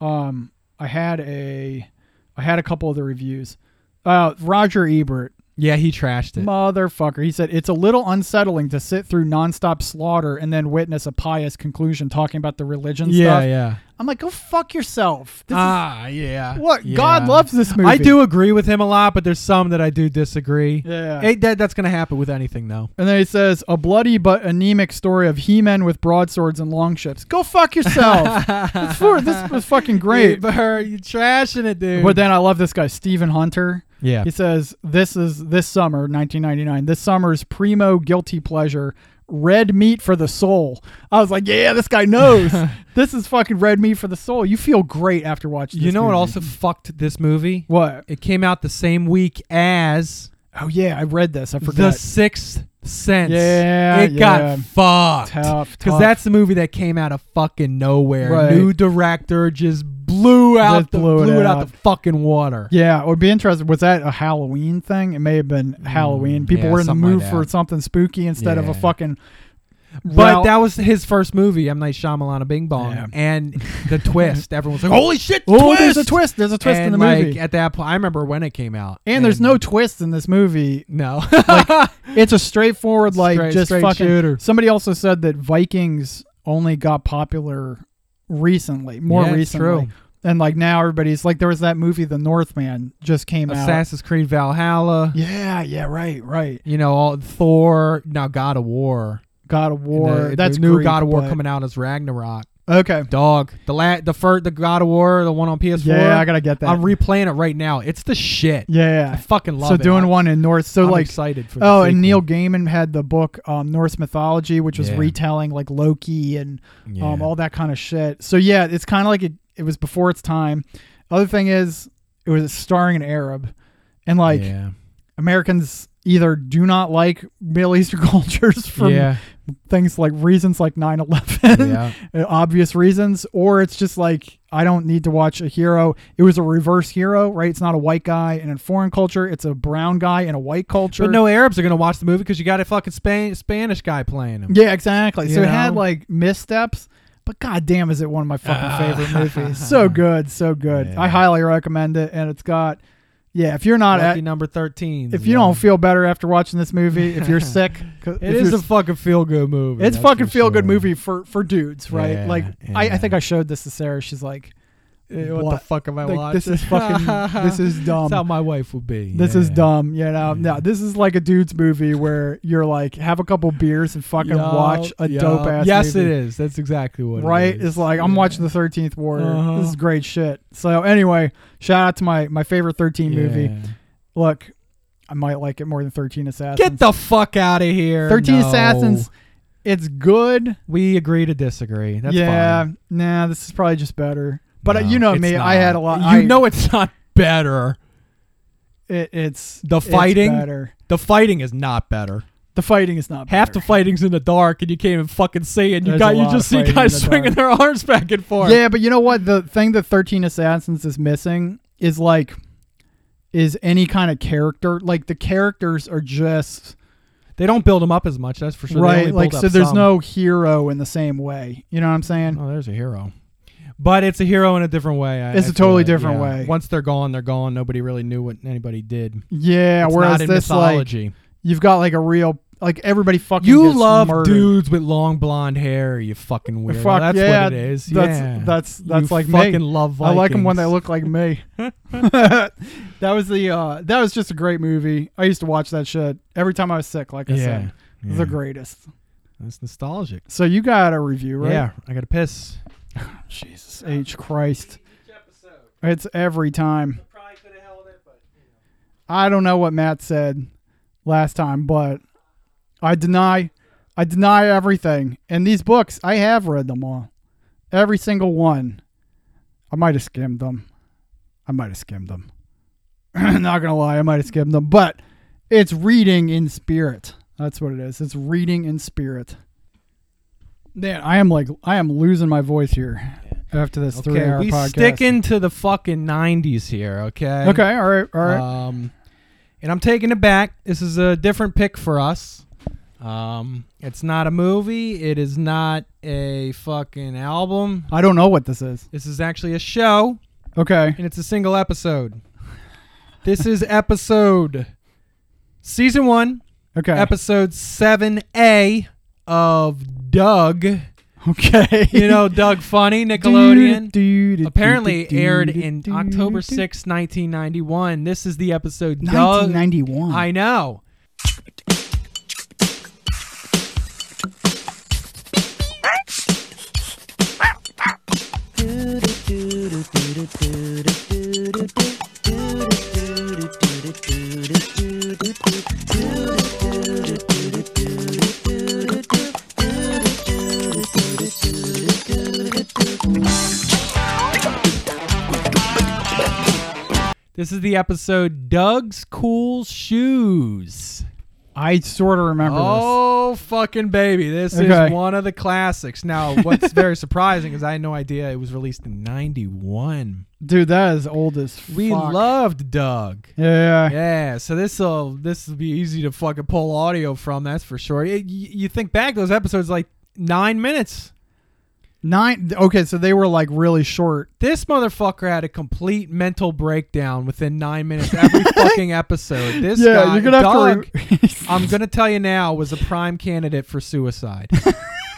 B: Um, I had a, I had a couple of the reviews. Uh, Roger Ebert
A: Yeah, he trashed it.
B: Motherfucker. He said, It's a little unsettling to sit through nonstop slaughter and then witness a pious conclusion talking about the religion
A: yeah,
B: stuff.
A: yeah.
B: I'm like, Go fuck yourself. This is
A: Ah, yeah.
B: What?
A: yeah.
B: God loves this movie.
A: I do agree with him a lot, but there's some that I do disagree.
B: Yeah.
A: Hey, that, that's gonna happen with anything though.
B: And then he says, a bloody but anemic story of he men with broadswords and longships. Go fuck yourself. This was- this was fucking great.
A: but you trashing it, dude.
B: But then I love this guy, Stephen Hunter.
A: Yeah.
B: He says, this is this summer, 1999, this summer's primo guilty pleasure, red meat for the soul. I was like, yeah, this guy knows. this is fucking red meat for the soul. You feel great after watching
A: you
B: this
A: know what
B: movie.
A: also fucked this movie?
B: What?
A: It came out the same week as
B: Oh, yeah, I read this. I
A: The
B: forgot.
A: Sixth Sense.
B: Yeah,
A: It
B: yeah.
A: got fucked.
B: Tough,
A: Because
B: tough.
A: that's the movie that came out of fucking nowhere.
B: Right.
A: New director just blew out
B: Just
A: the
B: blew
A: blew,
B: it
A: it out
B: out.
A: the fucking water.
B: Yeah, it would be interesting. Was that a Halloween thing? It may have been Halloween. People
A: Mm, yeah,
B: were in the
A: something like
B: mood for
A: that.
B: something spooky instead of a
A: Yeah.
B: fucking.
A: But
B: route.
A: that was his first movie, M Night Shyamalan, a Bing Bong,
B: Yeah.
A: and the twist. Everyone's like, "Holy shit!"
B: oh, there's a twist. There's a twist in
A: And,
B: the
A: like,
B: movie,
A: At that point, I remember when it came out.
B: and there's no twist in this movie.
A: no.
B: It's a straightforward, like
A: Straight-
B: just
A: straight
B: fucking.
A: shooter.
B: Somebody also said that Vikings only got popular recently, more
A: Yeah, it's
B: recently,
A: true.
B: and like now everybody's like there was that movie The Northman just came out.
A: Assassin's Creed Valhalla.
B: Yeah, yeah, right, right.
A: You know, all Thor. Now God of War.
B: God of
A: And
B: War.
A: the,
B: That's
A: the new
B: Greek,
A: God of War
B: but-
A: coming out as Ragnarok.
B: Okay.
A: Dog. The la- the first the God of War, the one on PS4.
B: Yeah, I gotta get that.
A: I'm replaying it right now. It's the shit.
B: Yeah,
A: I fucking love
B: so
A: it.
B: doing
A: I'm-
B: one in Norse. So
A: I'm
B: like
A: excited for. the
B: oh, and
A: sequel.
B: Neil Gaiman had the book um, Norse mythology, which was
A: Yeah.
B: retelling like Loki and
A: Yeah.
B: um, all that kind of shit. So yeah, it's kind of like it, it was before its time. Other thing is, it was starring an Arab, and like
A: yeah.
B: Americans either do not like Middle Eastern cultures from
A: yeah.
B: things like reasons like 9-11 obvious reasons or it's just like i don't need to watch a hero it was a reverse hero right it's not a white guy and in foreign culture it's a brown guy in a white culture
A: But no Arabs are gonna watch the movie because you got a fucking Span- Spanish guy playing him.
B: yeah exactly
A: You
B: so it had
A: know? Ah.
B: like missteps but goddamn is it one of my fucking favorite movies so good so good i highly recommend it and it's got yeah if you're not
A: Lucky
B: at,
A: number thirteen.
B: if you don't feel better after watching this movie if you're sick 'cause
A: it
B: if
A: is
B: you're
A: a fucking feel good movie.
B: It's
A: that's
B: fucking
A: for
B: feel good
A: sure.
B: movie for for dudes, right?
A: Yeah,
B: like I, I
A: yeah.
B: think I showed this to Sarah. She's like,
A: Eh, What,
B: What?
A: the fuck am I
B: like,
A: watching?
B: this is fucking this is
A: That's how
B: dumb.
A: my wife would be.
B: This is
A: Yeah.
B: dumb, you know. No, this is like a dude's movie where you're like have a couple beers and fucking
A: Yup,
B: watch a
A: yup.
B: dope ass.
A: Yes, it is. That's exactly what.
B: Right?
A: It is.
B: It's like I'm watching the Thirteenth Warrior.
A: Uh-huh.
B: This is great shit. So anyway, shout out to my my favorite Thirteen movie.
A: Yeah.
B: Look, I might like it more than Thirteen Assassins.
A: Get the fuck out of here.
B: Thirteen
A: No.
B: Assassins. It's good.
A: We agree to disagree. That's
B: yeah,
A: fine.
B: nah, this is probably just better. But uh,
A: No,
B: you know
A: it's
B: me,
A: not.
B: I had a lot.
A: You
B: I,
A: know it's not better.
B: it, it's
A: The
B: it's
A: fighting?
B: better.
A: The fighting is not better.
B: The fighting is not
A: Half the
B: better.
A: fighting's in the dark, and you can't even fucking see it. And you
B: There's a
A: got you
B: lot
A: just
B: of
A: see
B: fighting
A: guys
B: in the
A: swinging their arms back and forth.
B: Yeah, but you know what? The thing that Thirteen Assassins is missing is like, is any kind of character. Like the characters are just
A: they don't build them up as much. That's for sure. They only
B: right.
A: build
B: Like so,
A: up
B: there's
A: some.
B: no hero in the same way. You know what I'm saying?
A: Oh, there's a hero. But it's a hero in a different way. I-
B: It's
A: I
B: a totally
A: feel it,
B: different
A: yeah.
B: way.
A: Once they're gone, they're gone. Nobody really knew what anybody did.
B: Yeah.
A: It's
B: whereas
A: not in
B: this, like,
A: mythology.
B: you've got like a real like everybody fucking.
A: You
B: gets
A: love
B: murdered.
A: dudes with long blonde hair. You fucking weirdo.
B: Fuck,
A: that's
B: yeah,
A: what it is.
B: That's
A: yeah.
B: that's that's
A: You
B: like
A: fucking
B: me.
A: love.
B: I like them when they
A: Vikings.
B: look like me. that was the uh, that was just a great movie. I used to watch that shit every time I was sick. Like I said,
A: yeah.
B: the greatest.
A: That's nostalgic.
B: So you got a review, right?
A: Yeah, I got to piss.
B: Jesus H Christ. It's every time. I don't know what Matt said last time, but I deny I deny everything. And these books, I have read them all. Every single one. I might have skimmed them. I might have skimmed them. Not gonna lie, I might have skimmed them. But it's reading in spirit. That's what it is. It's reading in spirit. Man, I am like I am losing my voice here after this three
A: Okay,
B: hour
A: we
B: podcast.
A: sticking to the fucking nineties here. Okay.
B: Okay, all right, all right.
A: Um, and I'm taking it back. This is a different pick for us. Um, it's not a movie. It is not a fucking album.
B: I don't know what this is.
A: This is actually a show,
B: Okay.
A: and it's a single episode. This is episode Season one,
B: Okay.
A: episode seven A of Doug.
B: okay.
A: You know, Doug Funny, Nickelodeon.
B: Nickelodeon.
A: apparently aired in October 6, 1991. This is the episode Doug.
B: 1991.
A: I know. This is the episode Doug's Cool Shoes.
B: I sort of remember
A: Oh, fucking baby. This
B: Okay.
A: is one of the classics. Now, what's very surprising is I had no idea it was released in 91.
B: this. Dude, that is old as fuck.
A: We loved Doug.
B: Yeah.
A: Yeah, so this'll this'll be easy to fucking pull audio from. That's for sure. Y- y- you think back those episodes like nine minutes.
B: Nine. Okay, so they were like really short.
A: This motherfucker had a complete mental breakdown within nine minutes every fucking episode. This
B: Yeah,
A: guy,
B: you're gonna have
A: Doug,
B: to re-
A: I'm gonna tell you now, was a prime candidate for suicide.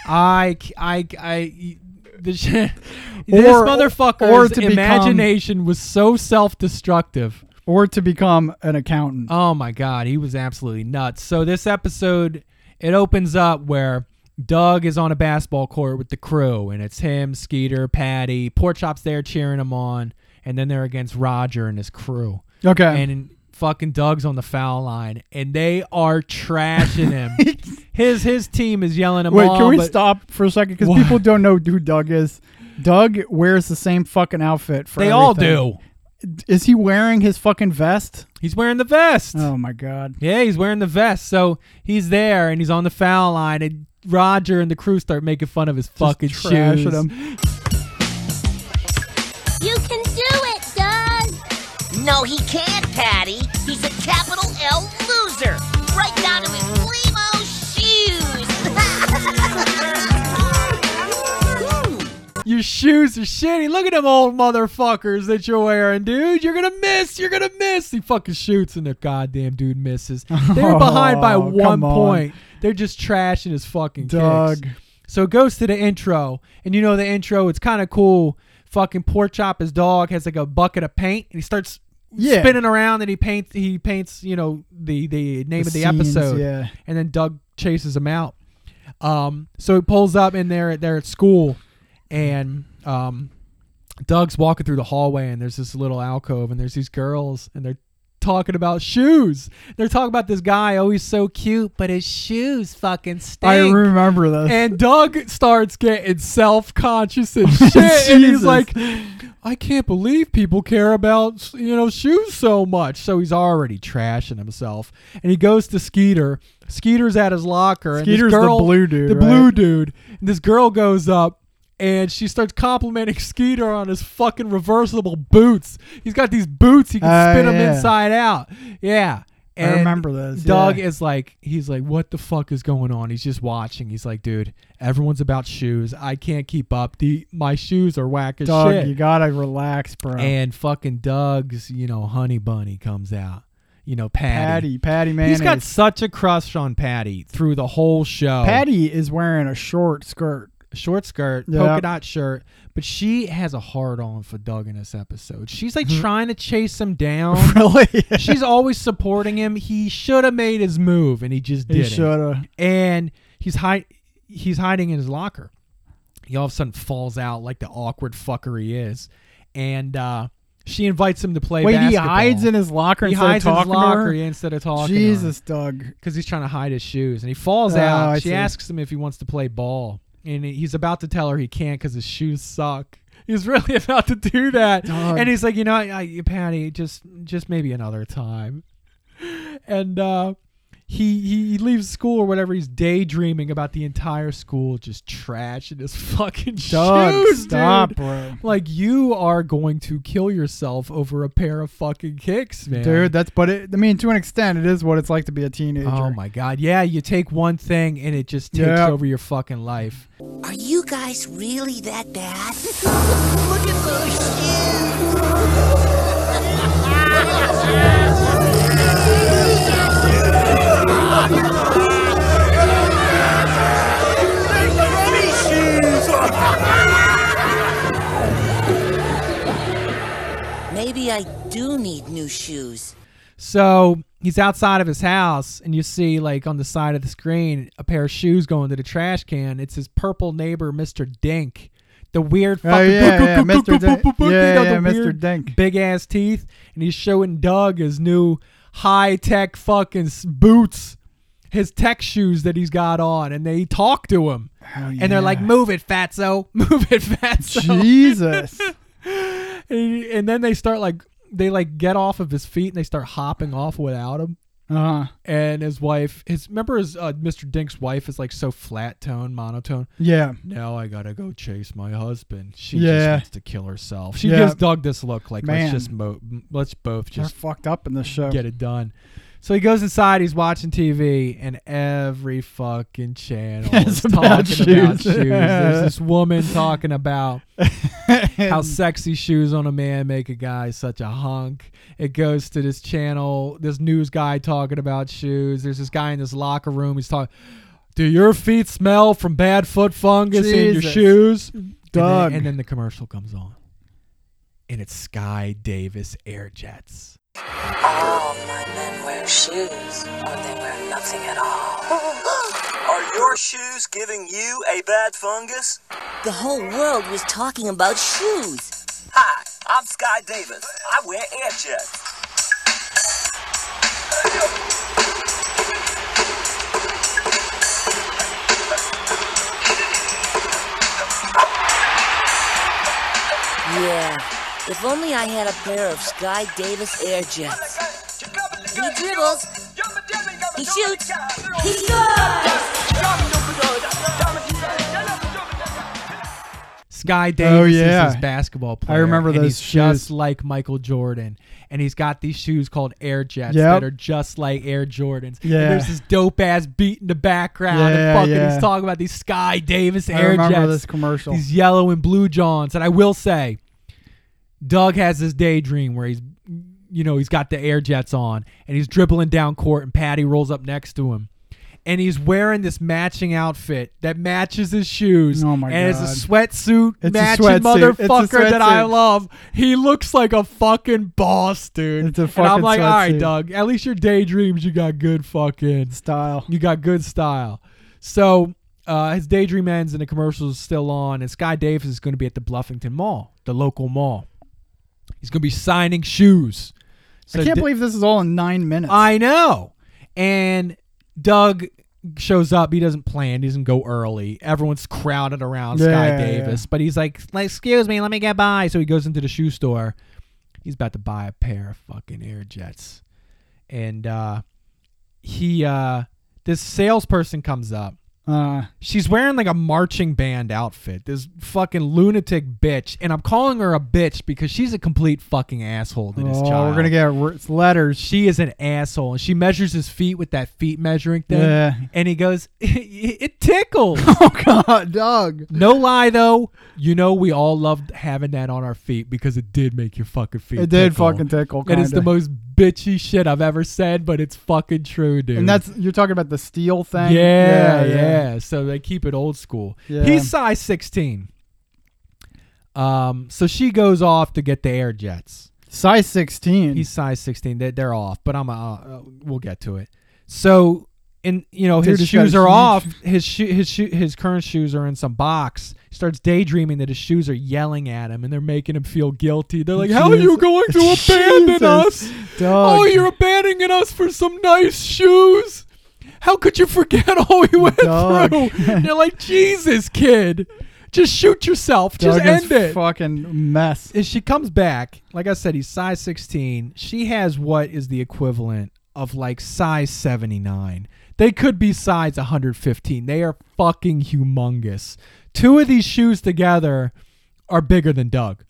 A: I, c- I, I. The sh- this
B: Or- or
A: motherfucker's
B: to become-
A: imagination was so self-destructive.
B: or to become an accountant.
A: Oh my god, he was absolutely nuts. So this episode it opens up where Doug is on a basketball court with the crew and it's him, Skeeter, Patty, Porkchop's there cheering him on and then they're against Roger and his crew.
B: okay.
A: And fucking Doug's on the foul line and they are trashing him. his his team is yelling him
B: Wait,
A: on.
B: can we
A: but-
B: stop for a second? Because
A: What?
B: people don't know who Doug is. Doug wears the same fucking outfit for.
A: They all
B: everything.
A: do.
B: Is he wearing his fucking vest?
A: He's wearing the vest.
B: Oh my god.
A: Yeah, he's wearing the vest. So he's there and he's on the foul line and Roger and the crew start making fun of his fucking
B: Just trashing
A: shoes.
B: him.
H: You can do it, Doug! No, he can't, Patty. He's a capital L loser. Right down to his Limo shoes.
A: Your shoes are shitty. Look at them old motherfuckers that you're wearing, dude. You're gonna miss. You're gonna miss. He fucking shoots and the goddamn dude misses. They were behind by
B: Oh,
A: one
B: come on.
A: point. They're just trashing his fucking kicks.
B: Doug.
A: So it goes to the intro, and you know the intro. It's kind of cool. Fucking pork chop, his dog has like a bucket of paint, and he starts
B: Yeah.
A: spinning around, and he paints. He paints, you know, the the name of the
B: scenes,
A: episode.
B: yeah.
A: And then Doug chases him out. Um, so he pulls up, and they're they're at school, and um, Doug's walking through the hallway, and there's this little alcove, and there's these girls, and they're talking about shoes. They're talking about this guy. Oh, he's so cute, but his shoes fucking stink.
B: I remember this.
A: And Doug starts getting self conscious and shit. and he's
B: Jesus.
A: like, I can't believe people care about, you know, shoes so much. So he's already trashing himself. And he goes to Skeeter. Skeeter's at his locker. and
B: Skeeter's
A: this
B: the
A: girl,
B: blue dude,
A: The
B: right?
A: blue dude. And this girl goes up. And she starts complimenting Skeeter on his fucking reversible boots. He's got these boots he can
B: Oh,
A: spin them
B: yeah.
A: inside out. Yeah, and
B: remember this,
A: Doug
B: yeah.
A: is like, he's like, what the fuck is going on? He's just watching. He's like, dude, everyone's about shoes. I can't keep up. The my shoes are whack as
B: Doug,
A: shit.
B: you gotta relax, bro.
A: and fucking Doug's, you know, honey bunny comes out. You know,
B: Patty,
A: Patty.
B: Patty man.
A: He's got such a crush on Patty through the whole show.
B: Patty is wearing a short skirt.
A: short skirt,
B: Yeah.
A: polka dot shirt, but she has a hard on for Doug in this episode. She's like
B: Mm-hmm.
A: trying to chase him down.
B: Really?
A: She's always supporting him. He should have made his move, and he just
B: he
A: didn't.
B: shoulda.
A: And he's hide he's hiding in his locker. He all of a sudden falls out like the awkward fucker he is, and uh, she invites him to play.
B: Wait, he
A: basketball.
B: hides in his locker
A: He
B: instead
A: hides
B: of
A: in his
B: talking
A: locker
B: to her.
A: yeah, instead of talking.
B: Jesus, Doug.
A: because he's trying to hide his shoes, and he falls
B: Oh,
A: out.
B: I
A: she
B: see.
A: asks him if he wants to play ball, and he- he's about to tell her he can't because his shoes suck. He's really about to do that,
B: Dog.
A: and he's like, you know, I, I- Patty, just just maybe another time. And uh, he he he leaves school or whatever. He's daydreaming about the entire school just trash and his fucking
B: Doug,
A: shoes.
B: stop,
A: dude.
B: bro.
A: Like you are going to kill yourself over a pair of fucking kicks, man.
B: Dude, that's but it, I mean to an extent it is what it's like to be a teenager.
A: Oh my god. Yeah, you take one thing and it just takes
B: Yeah.
A: over your fucking life.
H: Are you guys really that bad? Look at those shoes! Maybe I do need new shoes.
A: So he's outside of his house, and you see, like, on the side of the screen, a pair of shoes going to the trash can. It's his purple neighbor, Mr. Dink. The weird
B: Oh,
A: fucking
B: yeah, yeah, Mr. Dink.
A: you know,
B: Yeah,
A: the
B: yeah, Mr.
A: weird
B: Dink.
A: Big ass teeth. And he's showing Doug his new high tech fucking s- boots, his tech shoes that he's got on. And they talk to him. And they're like, move it, fatso. Move it, fatso.
B: Jesus.
A: And, and then they start like they like get off of his feet and they start hopping off without him.
B: Uh huh.
A: And his wife, his remember his uh, Mr. Dink's wife is like so flat tone, monotone.
B: Yeah.
A: Now I gotta go chase my husband. She just
B: Yeah.
A: wants to kill herself. She
B: Yeah.
A: gives Doug this look like let's
B: Man.
A: just mo- let's both
B: They're
A: just
B: fucked up in this show.
A: get it done. So he goes inside. He's watching TV, and every fucking channel
B: It's
A: is
B: about
A: talking about
B: shoes.
A: shoes. There's this woman talking about how sexy shoes on a man make a guy such a hunk. It goes to this channel, this news guy talking about shoes. There's this guy in this locker room. He's talking. Do your feet smell from bad foot fungus in your
B: Jesus.
A: shoes? And
B: Doug.
A: then, and then the commercial comes on. And it's Sky Davis Air Jets.
I: All my men wear shoes, or they wear nothing at all. Are your shoes giving you a bad fungus?
H: The whole world was talking about shoes.
I: Hi, I'm Sky Davis. I wear air jets.
H: Yeah. If only I had a pair of Sky Davis Air Jets. He dribbles. He shoots. He scores.
A: Sky Davis is
B: Oh, yeah.
A: his basketball player.
B: remember
A: and
B: those
A: he's just
B: shoes.
A: like Michael Jordan, and he's got these shoes called Air Jets
B: Yep.
A: that are just like Air Jordans. And
B: Yeah.
A: there's this dope ass beat in the background,
B: Yeah,
A: and fucking
B: yeah.
A: he's talking about these Sky Davis
B: I
A: Air
B: remember
A: Jets.
B: this commercial.
A: These yellow and blue Johns, and I will say, Doug has this daydream where he's, you know, he's got the Air Jets on, and he's dribbling down court, and Patty rolls up next to him. And he's wearing this matching outfit that matches his shoes.
B: Oh my
A: and
B: God.
A: it's a sweatsuit
B: It's a
A: matching
B: sweatsuit. It's a
A: motherfucker that I
B: sweatsuit.
A: love. He looks like a fucking boss, dude.
B: It's a
A: and I'm
B: fucking
A: like, all right,
B: sweatsuit.
A: Doug. At least your daydreams, you got good fucking.
B: style.
A: You got good style. So uh, his daydream ends and the commercial is still on. And Sky Davis is going to be at the Bluffington Mall, the local mall. He's going to be signing shoes. So
B: I can't
A: Di-
B: believe this is all in nine minutes.
A: I know. And Doug shows up. He doesn't plan. He doesn't go early. Everyone's crowded around Sky
B: Yeah, yeah,
A: Davis, but he's like, like, "Excuse me, let me get by." So he goes into the shoe store. He's about to buy a pair of fucking Air Jets, and uh, he uh, this salesperson comes up.
B: uh,
A: She's wearing like a marching band outfit. This fucking lunatic bitch, and I'm calling her a bitch because she's a complete fucking asshole to this
B: oh,
A: child
B: we're gonna get re- it's letters.
A: she is an asshole and she measures his feet with that feet measuring thing
B: Yeah.
A: and he goes it tickles
B: Oh God, Doug.
A: no lie though you know we all loved having that on our feet because it did make your fucking feet
B: It did
A: tickle.
B: fucking tickle.
A: it is the
B: kinda.
A: most bitchy shit i've ever said but it's fucking true dude
B: And that's you're talking about the steel
A: yeah
B: thing.
A: yeah, so they keep it old school
B: Yeah.
A: he's size 16 um so she goes off to get the air jets
B: Size 16.
A: He's size 16. They're, they're off, but I'm uh, uh, we'll get to it. So, and you know
B: Dude,
A: his
B: he's got
A: shoes
B: a
A: are
B: huge-
A: off. His shoe, his shoe, his current shoes are in some box. He starts daydreaming that his shoes are yelling at him and they're making him feel guilty. They're like, "How are you
B: Jesus.
A: going to abandon
B: Jesus,
A: us?
B: Doug.
A: Oh, you're abandoning us for some nice shoes." How could you forget all we went
B: Doug.
A: through? And You're like, Jesus, kid. Just shoot yourself.
B: Doug
A: Just end
B: is
A: it
B: fucking mess.
A: is she comes back. Like I said, he's size 16. She has what is the equivalent of like size 79. They could be size 115. They are fucking humongous. Two of these shoes together are bigger than Doug.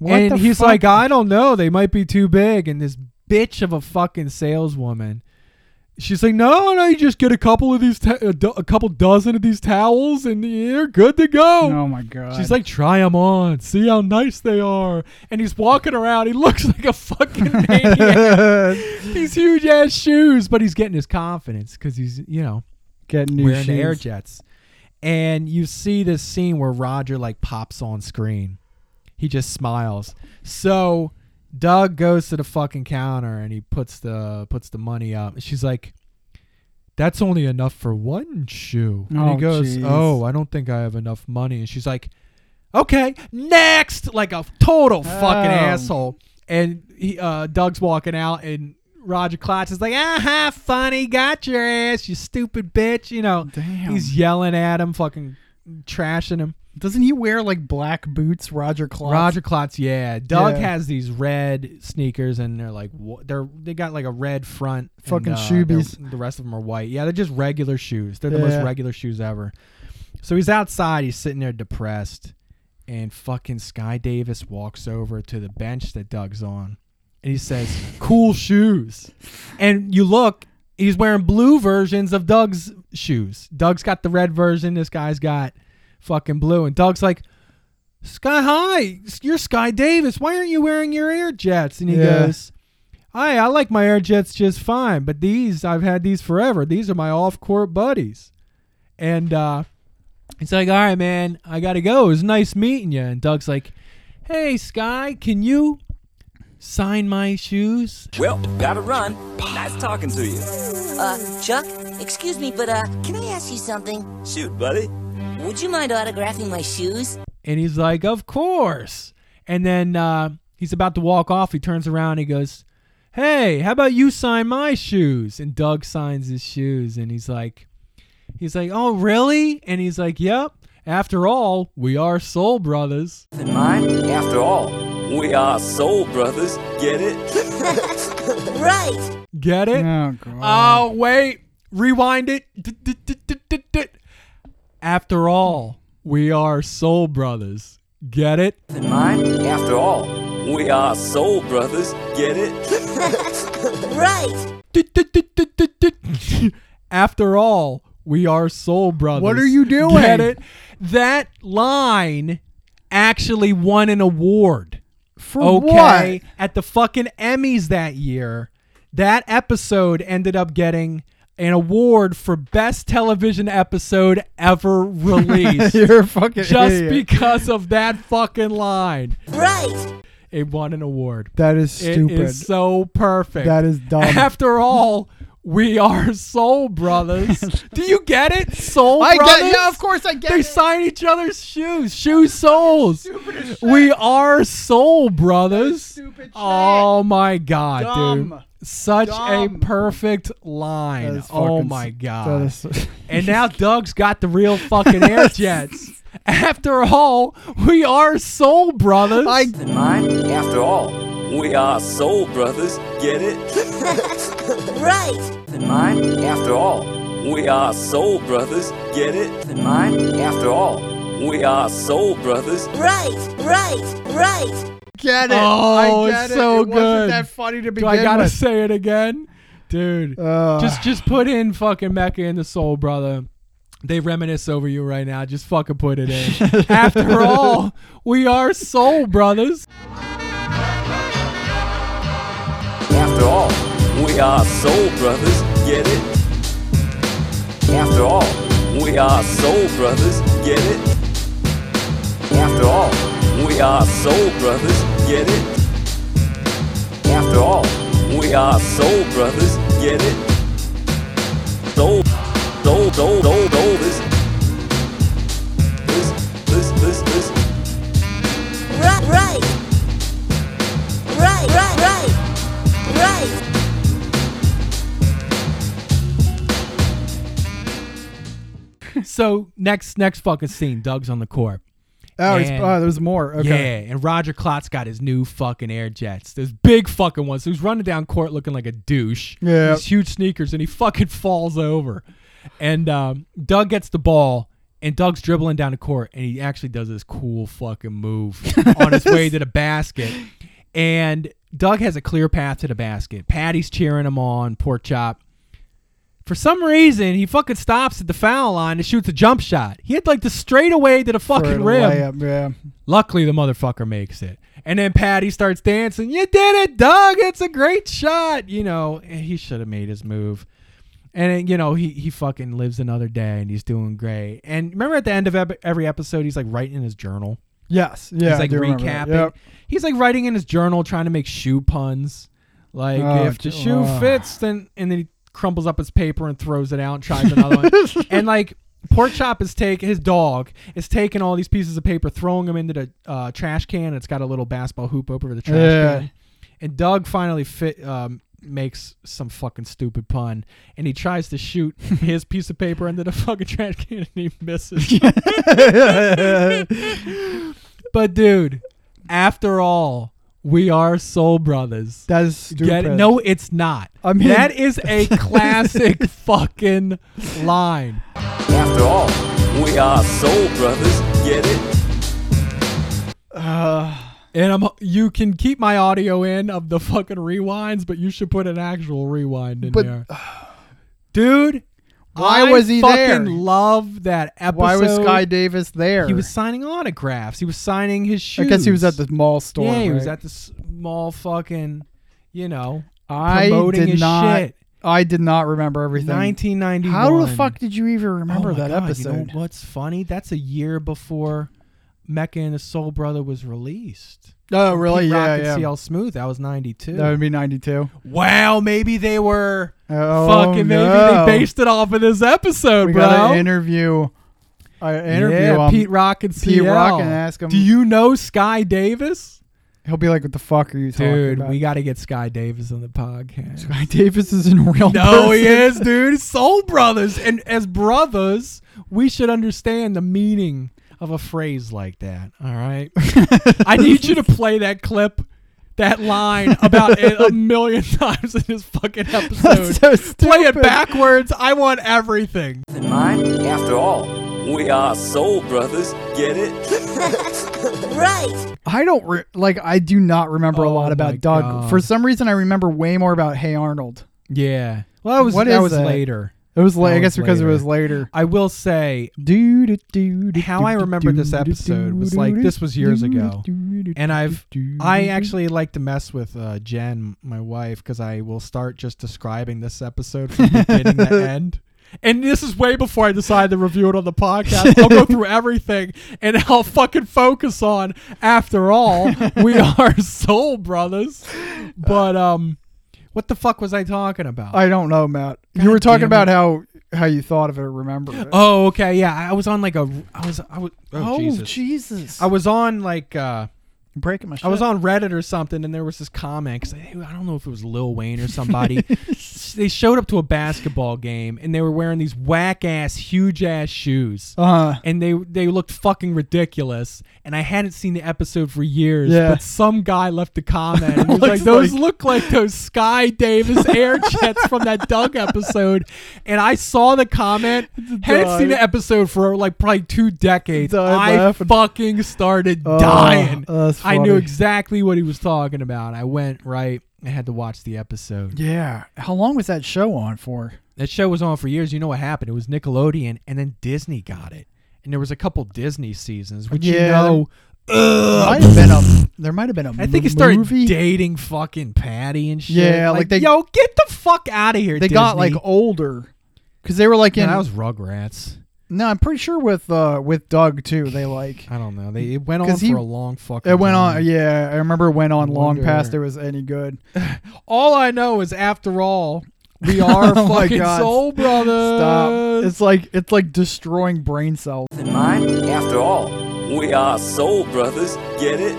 B: What
A: and
B: the
A: he's
B: fuck?
A: like, I don't know. They might be too big. And this bitch of a fucking saleswoman She's like, no, no, you just get a couple of these, ta- a, do- a couple dozen of these towels, and you're good to go.
B: Oh my god.
A: She's like, try them on, see how nice they are. And he's walking around. He looks like a fucking maniac. These huge ass shoes, but he's getting his confidence because he's, you know,
B: getting new
A: wearing
B: shoes.
A: the air jets. And you see this scene where Roger like pops on screen. He just smiles. So Doug goes to the fucking counter and he puts the puts the money up. And she's like, That's only enough for one shoe. and
B: Oh,
A: he goes,
B: jeez.
A: Oh, I don't think I have enough money. And she's like, Okay, next like a total fucking
B: Oh.
A: asshole. And he uh Doug's walking out and Roger Klotz is like, aha, funny, got your ass, you stupid bitch. You know,
B: Damn.
A: he's yelling at him, fucking trashing him.
B: Doesn't he wear like black boots, Roger Claus?
A: Roger Klotz, yeah. Doug
B: Yeah.
A: has these red sneakers, and they're like wh- they're they got like a red front. and,
B: Fucking
A: uh,
B: shoebies.
A: they're- The rest of them are white. Yeah, they're just regular shoes. They're the most
B: Yeah.
A: regular shoes ever. So he's outside. He's sitting there depressed, and fucking Sky Davis walks over to the bench that Doug's on, and he says, "Cool shoes." And you look. He's wearing blue versions of Doug's shoes. Doug's got the red version. This guy's got fucking blue. And Doug's like, Sky High, you're Sky Davis. Why aren't you wearing your air jets? And he
B: Yeah.
A: goes, Hi, I like my air jets just fine, but these, I've had these forever. These are my off court buddies. And uh, he's like, All right, man, I got to go. It was nice meeting you. And Doug's like, Hey, Sky, can you sign my shoes?
I: Well, gotta run. Nice talking to you.
H: Uh, Chuck, excuse me, but uh, can I ask you something?
I: Shoot, buddy.
H: Would you mind autographing my shoes?
A: And he's like, Of course. And then uh, he's about to walk off. He turns around. He goes, Hey, how about you sign my shoes? And Doug signs his shoes. And he's like, He's like, Oh, really? And he's like, Yep. After all, we are soul brothers.
I: Than mine. After all, we are soul brothers. Get it?
H: Right.
A: Get it?
B: Oh god.
A: Oh, wait. Rewind it. D-d-d-d-d-d-d. After all, we are soul brothers. Get it?
I: Than mine. After all, we are soul brothers. Get it?
H: Right.
A: After all, we are soul brothers.
B: What are you doing?
A: Get it? That line actually won an award.
B: For
A: Uh, okay, at the fucking Emmys that year, that episode ended up getting an award for best television episode ever
B: what?
A: released.
B: You're a fucking
A: just
B: idiot.
A: because of that fucking line,
H: Right.
A: it won an award.
B: that is
A: It
B: stupid.
A: is so perfect.
B: that is dumb.
A: After all, we are soul brothers. Do you get it? Soul
B: I
A: brothers.
B: get. Yeah, of course I get.
A: They
B: it.
A: sign each other's shoes, shoe soles. We are soul brothers.
B: stupid
A: Oh my god,
B: Dumb.
A: dude! Such
B: Dumb.
A: a perfect
B: That
A: line.
B: is
A: Oh
B: fucking
A: my
B: s-
A: god!
B: that is-
A: and now Doug's got the real fucking air jets. After all, we are soul brothers.
B: I
I: Than mine. After all, we are soul brothers. Get it?
H: Right.
I: Than mine. After all, we are soul brothers. Get it? Than mine. After all, we are soul brothers.
H: Right. Right. Right.
B: get it.
A: Oh,
B: I get
A: it's
B: it.
A: so
B: it
A: good.
B: Wasn't that funny to
A: Do
B: begin
A: I gotta
B: with.
A: say it again, dude?
B: Ugh.
A: just just put in fucking Mecca and the Soul Brother. They reminisce over you right now. Just fucking put it in. After all, we are soul brothers.
I: After all, we are soul brothers, get it? After all, we are soul brothers, get it? After all, we are soul brothers, get it? After all, we are soul brothers, get it? Soul, soul, soul, soul, soul, this, this, this, this, this.
H: Right, right, right, right, right, right.
A: So next next fucking scene, Doug's on the court.
B: Oh, it's,
A: And-
B: oh, there's more. Okay.
A: Yeah, and Roger Klotz got his new fucking air jets. Those big fucking ones. He was running down court looking like a douche.
B: Yeah.
A: These huge sneakers, and he fucking falls over. And um, Doug gets the ball, and Doug's dribbling down the court, and he actually does this cool fucking move on his way to the basket. And Doug has a clear path to the basket. Patty's cheering him on, pork chop. For some reason, he fucking stops at the foul line and shoots a jump shot. He had like the straightaway to the fucking rim.
B: Layup, yeah.
A: Luckily, the motherfucker makes it. And then Patty starts dancing. You did it, Doug. It's a great shot. You know, and he should have made his move. And, then, you know, he, he fucking lives another day and he's doing great. And remember at the end of ep- every episode, he's like writing in his journal.
B: Yes. Yeah. I
A: he's like
B: do remember
A: recapping.
B: that. Yep.
A: He's like writing in his journal, trying to make shoe puns. Like
B: Oh,
A: if the
B: j-
A: shoe
B: oh.
A: fits, then and then he crumbles up his paper and throws it out and tries another one. And like Pork Chop is taking his dog is taking all these pieces of paper, throwing them into the uh, trash can. It's got a little basketball hoop over the trash
B: Yeah.
A: can. And Doug finally fit um, makes some fucking stupid pun, and he tries to shoot his piece of paper into the fucking trash can, and he misses. But dude, after all, we are soul brothers.
B: That is stupid.
A: Get it? No, it's not.
B: I mean-
A: that is a classic fucking line.
I: After all, we are soul brothers. Get it?
A: And I'm you can keep my audio in of the fucking rewinds, but you should put an actual rewind in
B: But-
A: there. Dude,
B: Why
A: I
B: was he
A: fucking
B: there?
A: love that episode.
B: Why was Sky Davis there?
A: He was signing autographs. He was signing his
B: I
A: shoes.
B: guess he was at the mall store.
A: Yeah, he was
B: right?
A: at the small fucking, you know,
B: I
A: promoting
B: did
A: his
B: not.
A: shit.
B: I did not remember everything.
A: 1991.
B: How the fuck did you even remember
A: Oh my
B: that
A: God,
B: episode?
A: You know what's funny? That's a year before Mecca and the Soul Brother was released.
B: oh, really?
A: Pete Rock
B: Yeah,
A: and
B: yeah.
A: CL Smooth. That was 92.
B: That would be 92.
A: wow, maybe they were
B: Oh,
A: fucking. Maybe
B: no.
A: they based it off of this episode,
B: We
A: bro.
B: got an interview. I interview
A: yeah,
B: him.
A: Pete Rock and
B: Pete
A: CL.
B: Rock and ask him-
A: Do you know Sky Davis?
B: He'll be like, "What the fuck are you talking
A: Dude,
B: about?"
A: we got to get Sky Davis on the podcast.
B: Guy Davis is in real.
A: No, he
B: person.
A: is, dude. Soul brothers, and as brothers, we should understand the meaning of a phrase like that. All right, I need you to play that clip, that line about it a million times in this fucking episode.
B: That's so stupid.
A: play it backwards. I want everything.
I: In mind? After all, we are soul brothers. Get it?
H: Right.
B: I don't re- like. I do not remember a
A: Oh
B: lot
A: my
B: about Doug.
A: God.
B: For some reason, I remember way more about Hey Arnold.
A: Yeah. Well, that was
B: What
A: that
B: is
A: was
B: that?
A: later.
B: It was like
A: That
B: I
A: was
B: guess because it
A: later.
B: was later.
A: I will say
B: Do, do, do, do,
A: How
B: do,
A: I
B: do,
A: remember
B: do,
A: this
B: do, do,
A: episode was
B: do,
A: like,
B: do,
A: this was years
B: do,
A: ago.
B: do, do,
A: and
B: do,
A: I've
B: do,
A: I
B: do.
A: actually like to mess with uh, Jen, my wife, because I will start just describing this episode from beginning to end. And this is way before I decide to review it on the podcast. I'll go through everything and I'll fucking focus on. After all, we are soul brothers. But um, what the fuck was I talking about?
B: I don't know, Matt. you were
A: God
B: talking
A: damn
B: about
A: it.
B: how how you thought of it or remembered it.
A: oh, okay, yeah. I was on like a. I was. I was. Oh, Jesus.
B: Jesus.
A: I was on like. uh
B: I'm breaking my shit.
A: I was on Reddit or something, and there was this comment. 'cause I, I don't know if it was Lil Wayne or somebody. S- they showed up to a basketball game, and they were wearing these whack ass, huge ass shoes,
B: Uh,
A: and they they looked fucking ridiculous. And I hadn't seen the episode for years,
B: Yeah.
A: but some guy left a comment. And he was
B: Looks
A: like, "Those
B: like-
A: look like those Sky Davis air jets from that Doug episode." And I saw the comment, hadn't seen
B: die.
A: the episode for like probably two decades.
B: Die
A: I
B: laughing.
A: fucking started
B: Oh,
A: dying.
B: that's
A: I knew
B: funny.
A: exactly what he was talking about. I went right. I had to watch the episode.
B: yeah. How long was that show on for?
A: That show was on for years. You know what happened? It was Nickelodeon, and then Disney got it. And there was a couple Disney seasons, which you
B: Yeah,
A: know,
B: might have been a. There might have been a.
A: I think it started
B: movie.
A: dating fucking Patty and shit.
B: Yeah, like they-
A: yo, get the fuck out of here.
B: they got like
A: Disney.
B: older because they were like in.
A: Man, that was Rugrats.
B: no, I'm pretty sure with uh with Doug too. They like
A: I don't know. They it went on
B: 'Cause
A: for
B: he-
A: a long fucking.
B: it went on.
A: time.
B: Yeah, I remember it went on long
A: Mm-hmm. wonder-
B: past it was any good.
A: All I know is, after all, we are
B: Oh my
A: fucking
B: God.
A: soul brothers. Uh,
B: Stop. It's like it's like destroying brain cells.
I: In mind? After all, we are soul brothers. Get it?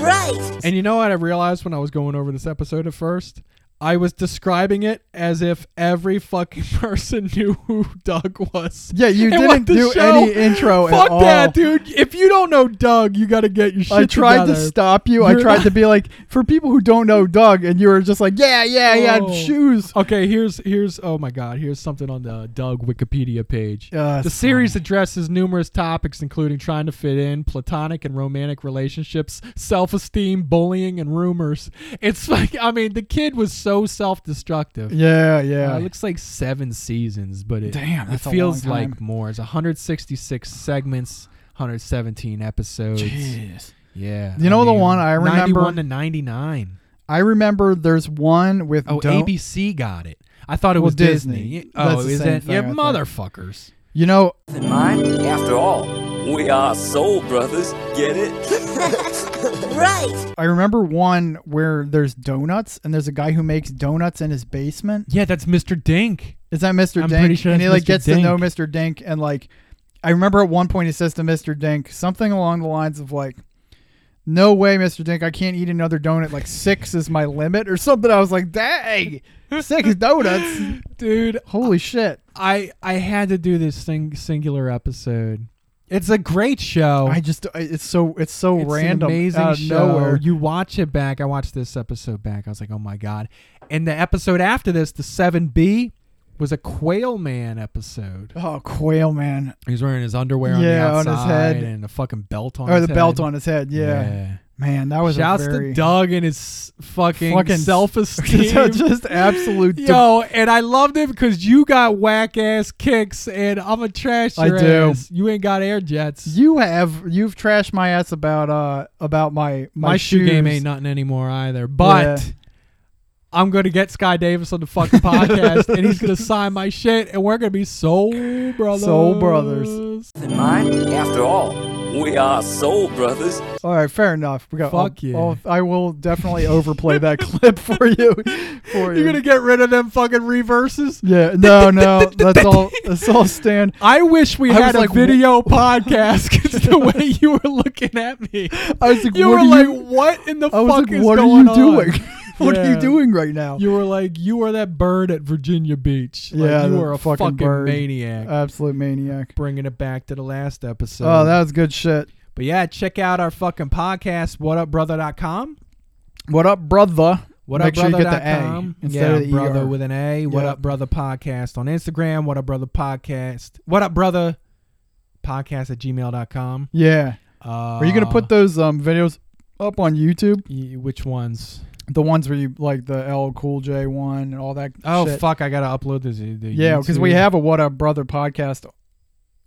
H: Right.
A: And you know what I realized when I was going over this episode at first? I was describing it as if every fucking person knew who Doug was.
B: Yeah, you
A: And
B: didn't
A: what the
B: do any intro at
A: Fuck
B: all.
A: that, dude. If you don't know Doug, you got to get your shit
B: I tried to
A: together.
B: stop you. I
A: You're
B: tried
A: not-
B: to be like, for people who don't know Doug, and you were just like, yeah, yeah, yeah,
A: Oh.
B: shoes.
A: Okay, here's here's oh my god, here's something on the Doug Wikipedia page.
B: Uh,
A: the series addresses numerous topics including trying to fit in, platonic and romantic relationships, self-esteem, bullying and rumors. It's like I mean, the kid was so so self-destructive.
B: Yeah, yeah.
A: Uh, it looks like seven seasons, but it
B: Damn,
A: it
B: that's a
A: feels
B: long time.
A: like more. It's 166 segments, 117 episodes.
B: Jeez.
A: Yeah.
B: You know the one I
A: 91
B: remember-
A: to 99.
B: I remember there's one with
A: Oh,
B: don't-
A: ABC got it. I thought it
B: Well,
A: was Disney.
B: Disney.
A: Yeah,
B: That's
A: Oh,
B: the
A: is
B: same
A: that?
B: thing,
A: yeah,
B: I think.
A: motherfuckers.
B: You know,
I: In mind, after all, we are soul brothers. Get it?
H: Right.
B: I remember one where there's donuts and there's a guy who makes donuts in his basement.
A: Yeah, that's Mr. Dink.
B: Is that mister
A: I'm
B: Dink?
A: pretty sure
B: and he
A: that's
B: like
A: Mr.
B: gets to know
A: Dink.
B: Mr. Dink and like I remember at one point he says to Mr. Dink something along the lines of like no way, Mr. Dink. I can't eat another donut. Like six is my limit, or something. I was like, "Dang, six donuts,
A: Dude,
B: holy shit!"
A: I I had to do this thing singular episode. It's a great show.
B: I just, I- it's so, it's so
A: it's
B: random,
A: An amazing
B: out of
A: show.
B: nowhere.
A: You watch it back. I watched this episode back. I was like, oh my god. And the episode after this, the seven B, was a Quail Man episode.
B: Oh, Quail Man,
A: He was wearing his underwear on
B: Yeah,
A: the
B: on his
A: outside
B: head.
A: and a fucking belt on.
B: or
A: his
B: the
A: head.
B: belt on his head. Yeah, man, that was a
A: Shouts
B: very
A: to Doug and his fucking,
B: fucking
A: self-esteem.
B: just absolute. de-
A: Yo, and I loved it because you got whack ass kicks, and I'm a trash
B: I
A: your
B: do.
A: ass. You ain't got air jets.
B: you have you've trashed my ass about uh about my my,
A: my, shoe game
B: shoes.
A: ain't nothing anymore either. But
B: Yeah.
A: I'm gonna get Sky Davis on the fucking podcast, and he's gonna sign my shit, and we're gonna be soul brothers.
B: Soul brothers.
I: In mind, after all, we are soul brothers.
B: All right, fair enough. We got.
A: Fuck
B: I'll-
A: yeah.
B: I'll- I will definitely overplay that clip for you. For you.
A: You're gonna get rid of them fucking reverses.
B: yeah. No, no. Let's all let's all stand.
A: I wish we
B: I
A: had
B: was
A: a
B: like,
A: video podcast because the way you were looking at me,
B: I was like,
A: you
B: what
A: were
B: are
A: like,
B: you?
A: "What in the
B: I was
A: fuck
B: like,
A: is
B: what are
A: going
B: you
A: on?"
B: doing? what are
A: Yeah.
B: you doing right now?
A: You were like, "You were that bird at Virginia Beach." Like,
B: Yeah,
A: you
B: the
A: were a
B: fucking
A: fucking,
B: bird.
A: maniac.
B: Absolute maniac.
A: Bringing it back to the last episode.
B: Oh, that was good shit.
A: But yeah, check out our fucking podcast, whatupbrother.com.
B: What up, brother?
A: What
B: Make
A: up,
B: sure you get the
A: brother.com.
B: A instead
A: yeah,
B: of the
A: brother
B: ER.
A: with an A. What
B: Yeah.
A: up, brother podcast on Instagram. What up, brother podcast. What up, brother podcast at gmail.com.
B: Yeah.
A: Uh,
B: Are you gonna put those um videos up on YouTube?
A: y- which ones?
B: The Uh, ones where you like the L Cool J one and all that.
A: Oh
B: shit.
A: fuck! I gotta upload this. The
B: Yeah, because we
A: YouTube.
B: have a What Up Brother podcast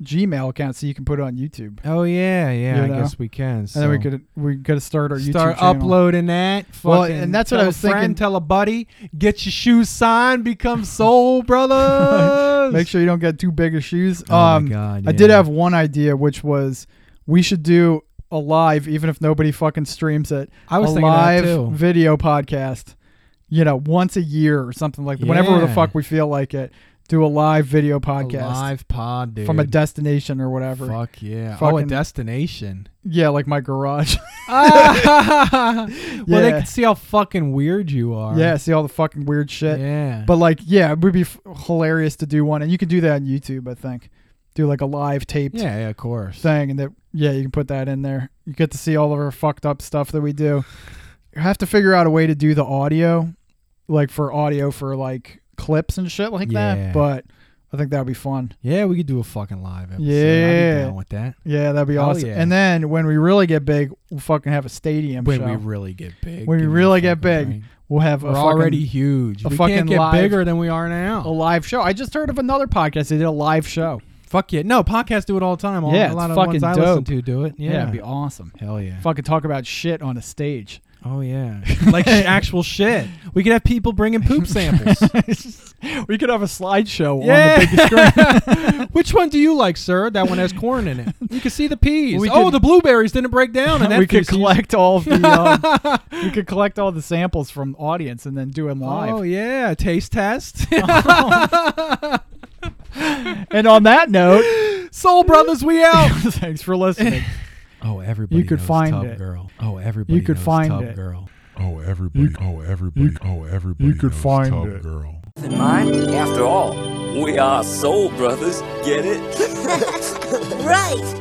B: Gmail account, so you can put it on YouTube,
A: Oh yeah, yeah.
B: You
A: I
B: know?
A: guess we can.
B: and then we
A: so.
B: could we could start our
A: start
B: YouTube channel.
A: uploading that.
B: Well,
A: Fucking
B: and that's what I
A: tell
B: was
A: a friend,
B: thinking.
A: Tell a buddy, get your shoes signed, become soul brothers.
B: Make sure you don't get too big of shoes.
A: Oh my
B: um,
A: God,
B: I did
A: yeah.
B: have one idea, which was we should do a live, even if nobody fucking streams it.
A: I was
B: a
A: thinking that
B: live
A: too.
B: video podcast. You know, once a year or something like that. Whenever the
A: Yeah.
B: fuck we feel like it, do a live video podcast
A: A live pod, dude.
B: from a destination or whatever.
A: Fuck yeah. oh, a
B: Fucking-
A: destination.
B: Yeah, like my garage.
A: well, they
B: Yeah.
A: can see how fucking weird you are.
B: yeah, see all the fucking weird shit.
A: Yeah.
B: But like, yeah, it would be f- hilarious to do one, and you can do that on YouTube, I think. Do like a live taped
A: yeah, yeah, of course.
B: thing, and that yeah, you can put that in there. You get to see all of our fucked up stuff that we do. You have to figure out a way to do the audio, like for audio for like clips and shit like
A: Yeah.
B: that. But I think that would be fun.
A: yeah, we could do a fucking live episode. I'd
B: Yeah.
A: be down with that.
B: Yeah, that'd be
A: Hell
B: awesome.
A: yeah.
B: And then when we really get big, we'll fucking have a stadium
A: When
B: show.
A: we really get big.
B: when we
A: give me a
B: really get
A: fucking
B: big,
A: break.
B: we'll have a
A: We're
B: fucking-
A: already huge.
B: a
A: We
B: fucking
A: can't get
B: live-
A: bigger than we are now.
B: a live show. I just heard of another podcast. They did a live show.
A: Fuck yeah. No, podcasts do it all the time. All,
B: Yeah,
A: a
B: it's
A: lot of
B: fucking
A: ones I listen
B: dope.
A: to do it. Yeah.
B: it'd be awesome.
A: Hell yeah.
B: Fucking talk about shit on a stage.
A: Oh yeah. like sh- actual shit. We could have people bringing poop samples.
B: we could have a slideshow on the biggest screen.
A: yeah. Which one do you like, sir? That one has corn in it. You can see the peas.
B: We
A: oh,
B: could-
A: the blueberries didn't break down. And that
B: we could
A: feces.
B: collect all of the um, we could collect all the samples from audience and then do them live.
A: Oh yeah, taste test.
B: And on that note,
A: Soul Brothers, we out.
B: thanks for listening.
A: Oh, everybody.
B: You could
A: knows
B: find
A: Tub
B: it.
A: Girl. Oh, everybody.
B: You could
A: knows
B: find
A: Tub
B: it.
A: Girl.
G: Oh, everybody. oh, everybody. oh, everybody. You could find Tub it. Girl.
I: In mind, after all, we are soul brothers. Get it?
H: Right.